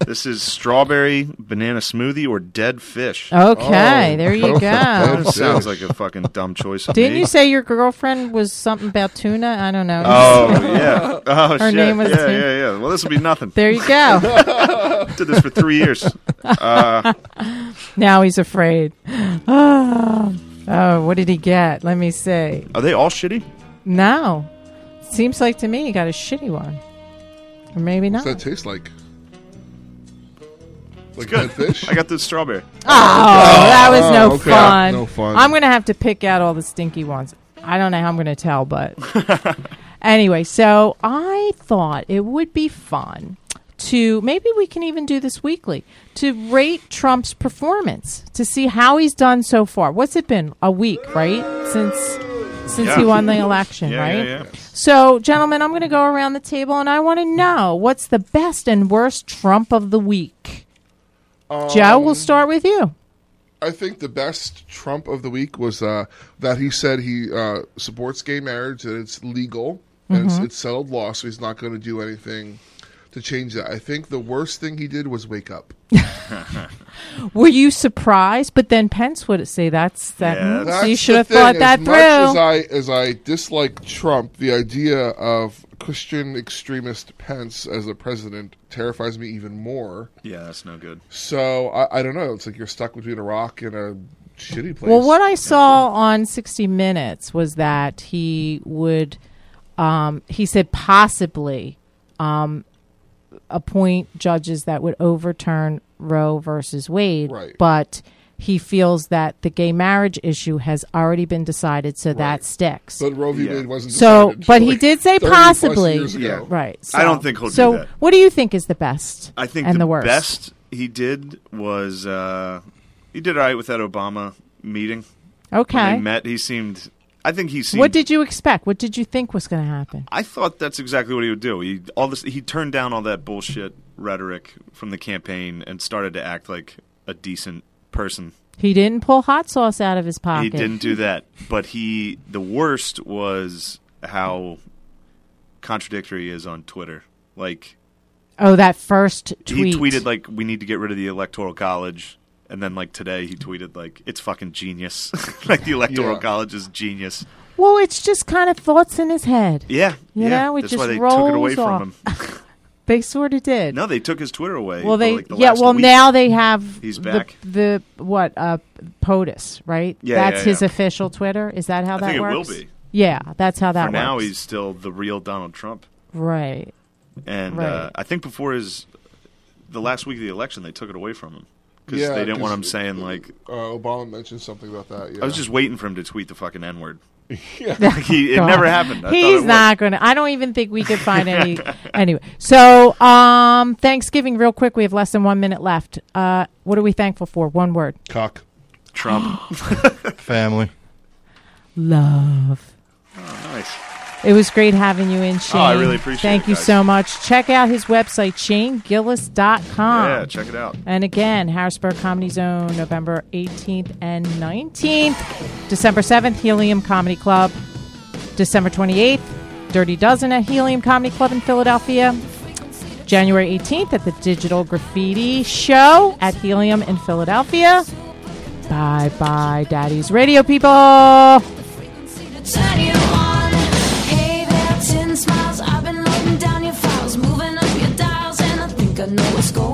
Speaker 9: this is strawberry banana smoothie or dead fish.
Speaker 1: Okay, Oh. there you go.
Speaker 9: That
Speaker 1: Dead
Speaker 9: sounds
Speaker 1: fish.
Speaker 9: like a fucking dumb choice. of
Speaker 1: Didn't
Speaker 9: me.
Speaker 1: you say your girlfriend was something about tuna? I don't know.
Speaker 9: Oh yeah. Oh
Speaker 1: Her
Speaker 9: shit.
Speaker 1: name was
Speaker 9: yeah,
Speaker 1: tuna.
Speaker 9: yeah, yeah. Well, this will be nothing.
Speaker 1: There you go.
Speaker 9: Did this for three years. Uh,
Speaker 1: now he's afraid. Oh, oh, what did he get? Let me see.
Speaker 9: are they all shitty?
Speaker 1: No. Seems like to me he got a shitty one. Or maybe not.
Speaker 6: What's that taste like?
Speaker 9: Like good fish. I got the strawberry.
Speaker 1: Oh, that was no
Speaker 6: okay.
Speaker 1: fun.
Speaker 6: No fun.
Speaker 1: I'm going to have to pick out all the stinky ones. I don't know how I'm going to tell, but anyway, so I thought it would be fun to maybe we can even do this weekly to rate Trump's performance to see how he's done so far. What's it been? A week, right? Since since he
Speaker 15: Yeah.
Speaker 1: won the election,
Speaker 15: Yeah,
Speaker 1: right?
Speaker 15: yeah, yeah.
Speaker 1: So, gentlemen, I'm going to go around the table and I want to know what's the best and worst Trump of the week. Joe, we'll
Speaker 6: Um,
Speaker 1: start with you.
Speaker 6: I think the best Trump of the week was uh, that he said he uh, supports gay marriage and it's legal and
Speaker 1: Mm-hmm.
Speaker 6: it's,
Speaker 16: Mhm.
Speaker 6: it's settled law, so he's not going to do anything to change that. I think the worst thing he did was wake up.
Speaker 1: Were you surprised? But then Pence would say that's that. mm, so you
Speaker 6: That's
Speaker 1: should
Speaker 6: the
Speaker 1: have thought
Speaker 6: thing.
Speaker 1: that
Speaker 6: as
Speaker 1: through.
Speaker 6: Much as I as I dislike Trump, the idea of Christian extremist Pence as a president terrifies me even more.
Speaker 9: Yeah, that's no good.
Speaker 6: So I, I don't know. It's like you're stuck between a rock and a shitty place.
Speaker 1: well, what I saw on 60 Minutes was that he would, um, he said possibly um, appoint judges that would overturn Roe versus Wade,
Speaker 15: Right.
Speaker 1: but he feels that the gay marriage issue has already been decided, so that sticks.
Speaker 6: But Roe v. Wade wasn't
Speaker 1: So,
Speaker 6: decided
Speaker 1: but
Speaker 6: till,
Speaker 1: he
Speaker 6: like,
Speaker 1: did say
Speaker 6: 30 plus
Speaker 1: possibly,
Speaker 6: years ago. Yeah.
Speaker 1: right?
Speaker 9: I
Speaker 1: so-
Speaker 9: don't think he'll do
Speaker 1: So,
Speaker 9: that.
Speaker 1: what do you think is the best?
Speaker 9: I think
Speaker 1: and the,
Speaker 9: the,
Speaker 1: worst.
Speaker 9: best he did was uh, he did all right with that Obama meeting.
Speaker 1: Okay.
Speaker 9: when they met. He seemed. I think he seemed.
Speaker 1: What did you expect? What did you think was going to happen?
Speaker 9: I thought that's exactly what he would do. He all this. He turned down all that bullshit rhetoric from the campaign and started to act like a decent person.
Speaker 1: He didn't pull hot sauce out of his pocket.
Speaker 9: He didn't do that, but he. The worst was how contradictory he is on Twitter. Like
Speaker 1: Oh, that first tweet.
Speaker 9: He tweeted like we need to get rid of the electoral college and then like today he tweeted like it's fucking genius. like the electoral
Speaker 1: Yeah.
Speaker 9: college is genius.
Speaker 1: well, it's just kind of thoughts in his head.
Speaker 9: Yeah.
Speaker 1: You
Speaker 9: yeah.
Speaker 1: know, it
Speaker 9: That's
Speaker 1: just
Speaker 9: why they
Speaker 1: rolls
Speaker 9: took it away
Speaker 1: off.
Speaker 9: from him.
Speaker 1: They sort of did.
Speaker 9: no, they took his Twitter away.
Speaker 1: well,
Speaker 9: for,
Speaker 1: they
Speaker 9: like, the
Speaker 1: yeah.
Speaker 9: last
Speaker 1: Well,
Speaker 9: week.
Speaker 1: now they have
Speaker 9: He's
Speaker 1: the-
Speaker 9: back.
Speaker 1: The, what uh, POTUS, right?
Speaker 9: Yeah,
Speaker 1: that's
Speaker 9: yeah,
Speaker 1: his
Speaker 9: yeah.
Speaker 1: official Twitter. Is that how
Speaker 9: I
Speaker 1: that
Speaker 9: think it will
Speaker 1: works?
Speaker 9: be.
Speaker 1: Yeah, that's how that
Speaker 9: For
Speaker 1: works.
Speaker 9: now he's still the real Donald Trump.
Speaker 1: right.
Speaker 9: And
Speaker 1: Right.
Speaker 9: uh, I think before his the last week of the election they took it away from him cuz
Speaker 6: Yeah,
Speaker 9: they didn't want
Speaker 6: 'cause,
Speaker 9: him saying like
Speaker 6: Uh, Obama mentioned something about that. Yeah.
Speaker 9: I was just waiting for him to tweet the fucking N word.
Speaker 6: Yeah.
Speaker 9: it never happened. I thought it
Speaker 1: He's
Speaker 9: was.
Speaker 1: not going to. I don't even think we could find any. anyway, so um, Thanksgiving, real quick. We have less than one minute left. Uh, what are we thankful for? One word.
Speaker 6: Cock.
Speaker 9: Trump.
Speaker 8: Family.
Speaker 1: Love.
Speaker 9: nice.
Speaker 1: It was great having you in, Shane.
Speaker 9: Oh, I really appreciate
Speaker 1: Thank
Speaker 9: it,
Speaker 1: you
Speaker 9: guys.
Speaker 1: so much. Check out his website, shanegillis.com.
Speaker 9: Yeah, check it out.
Speaker 1: And again, Harrisburg Comedy Zone, November 18th and 19th. December 7th, Helium Comedy Club. December 28th, Dirty Dozen at Helium Comedy Club in Philadelphia. January 18th at the Digital Graffiti Show at Helium in Philadelphia. Bye bye, Daddy's Radio people.
Speaker 4: turn you on. Hey there, tin smiles. I've been loading down your files, moving up your dials, and I think I know what's going Oh,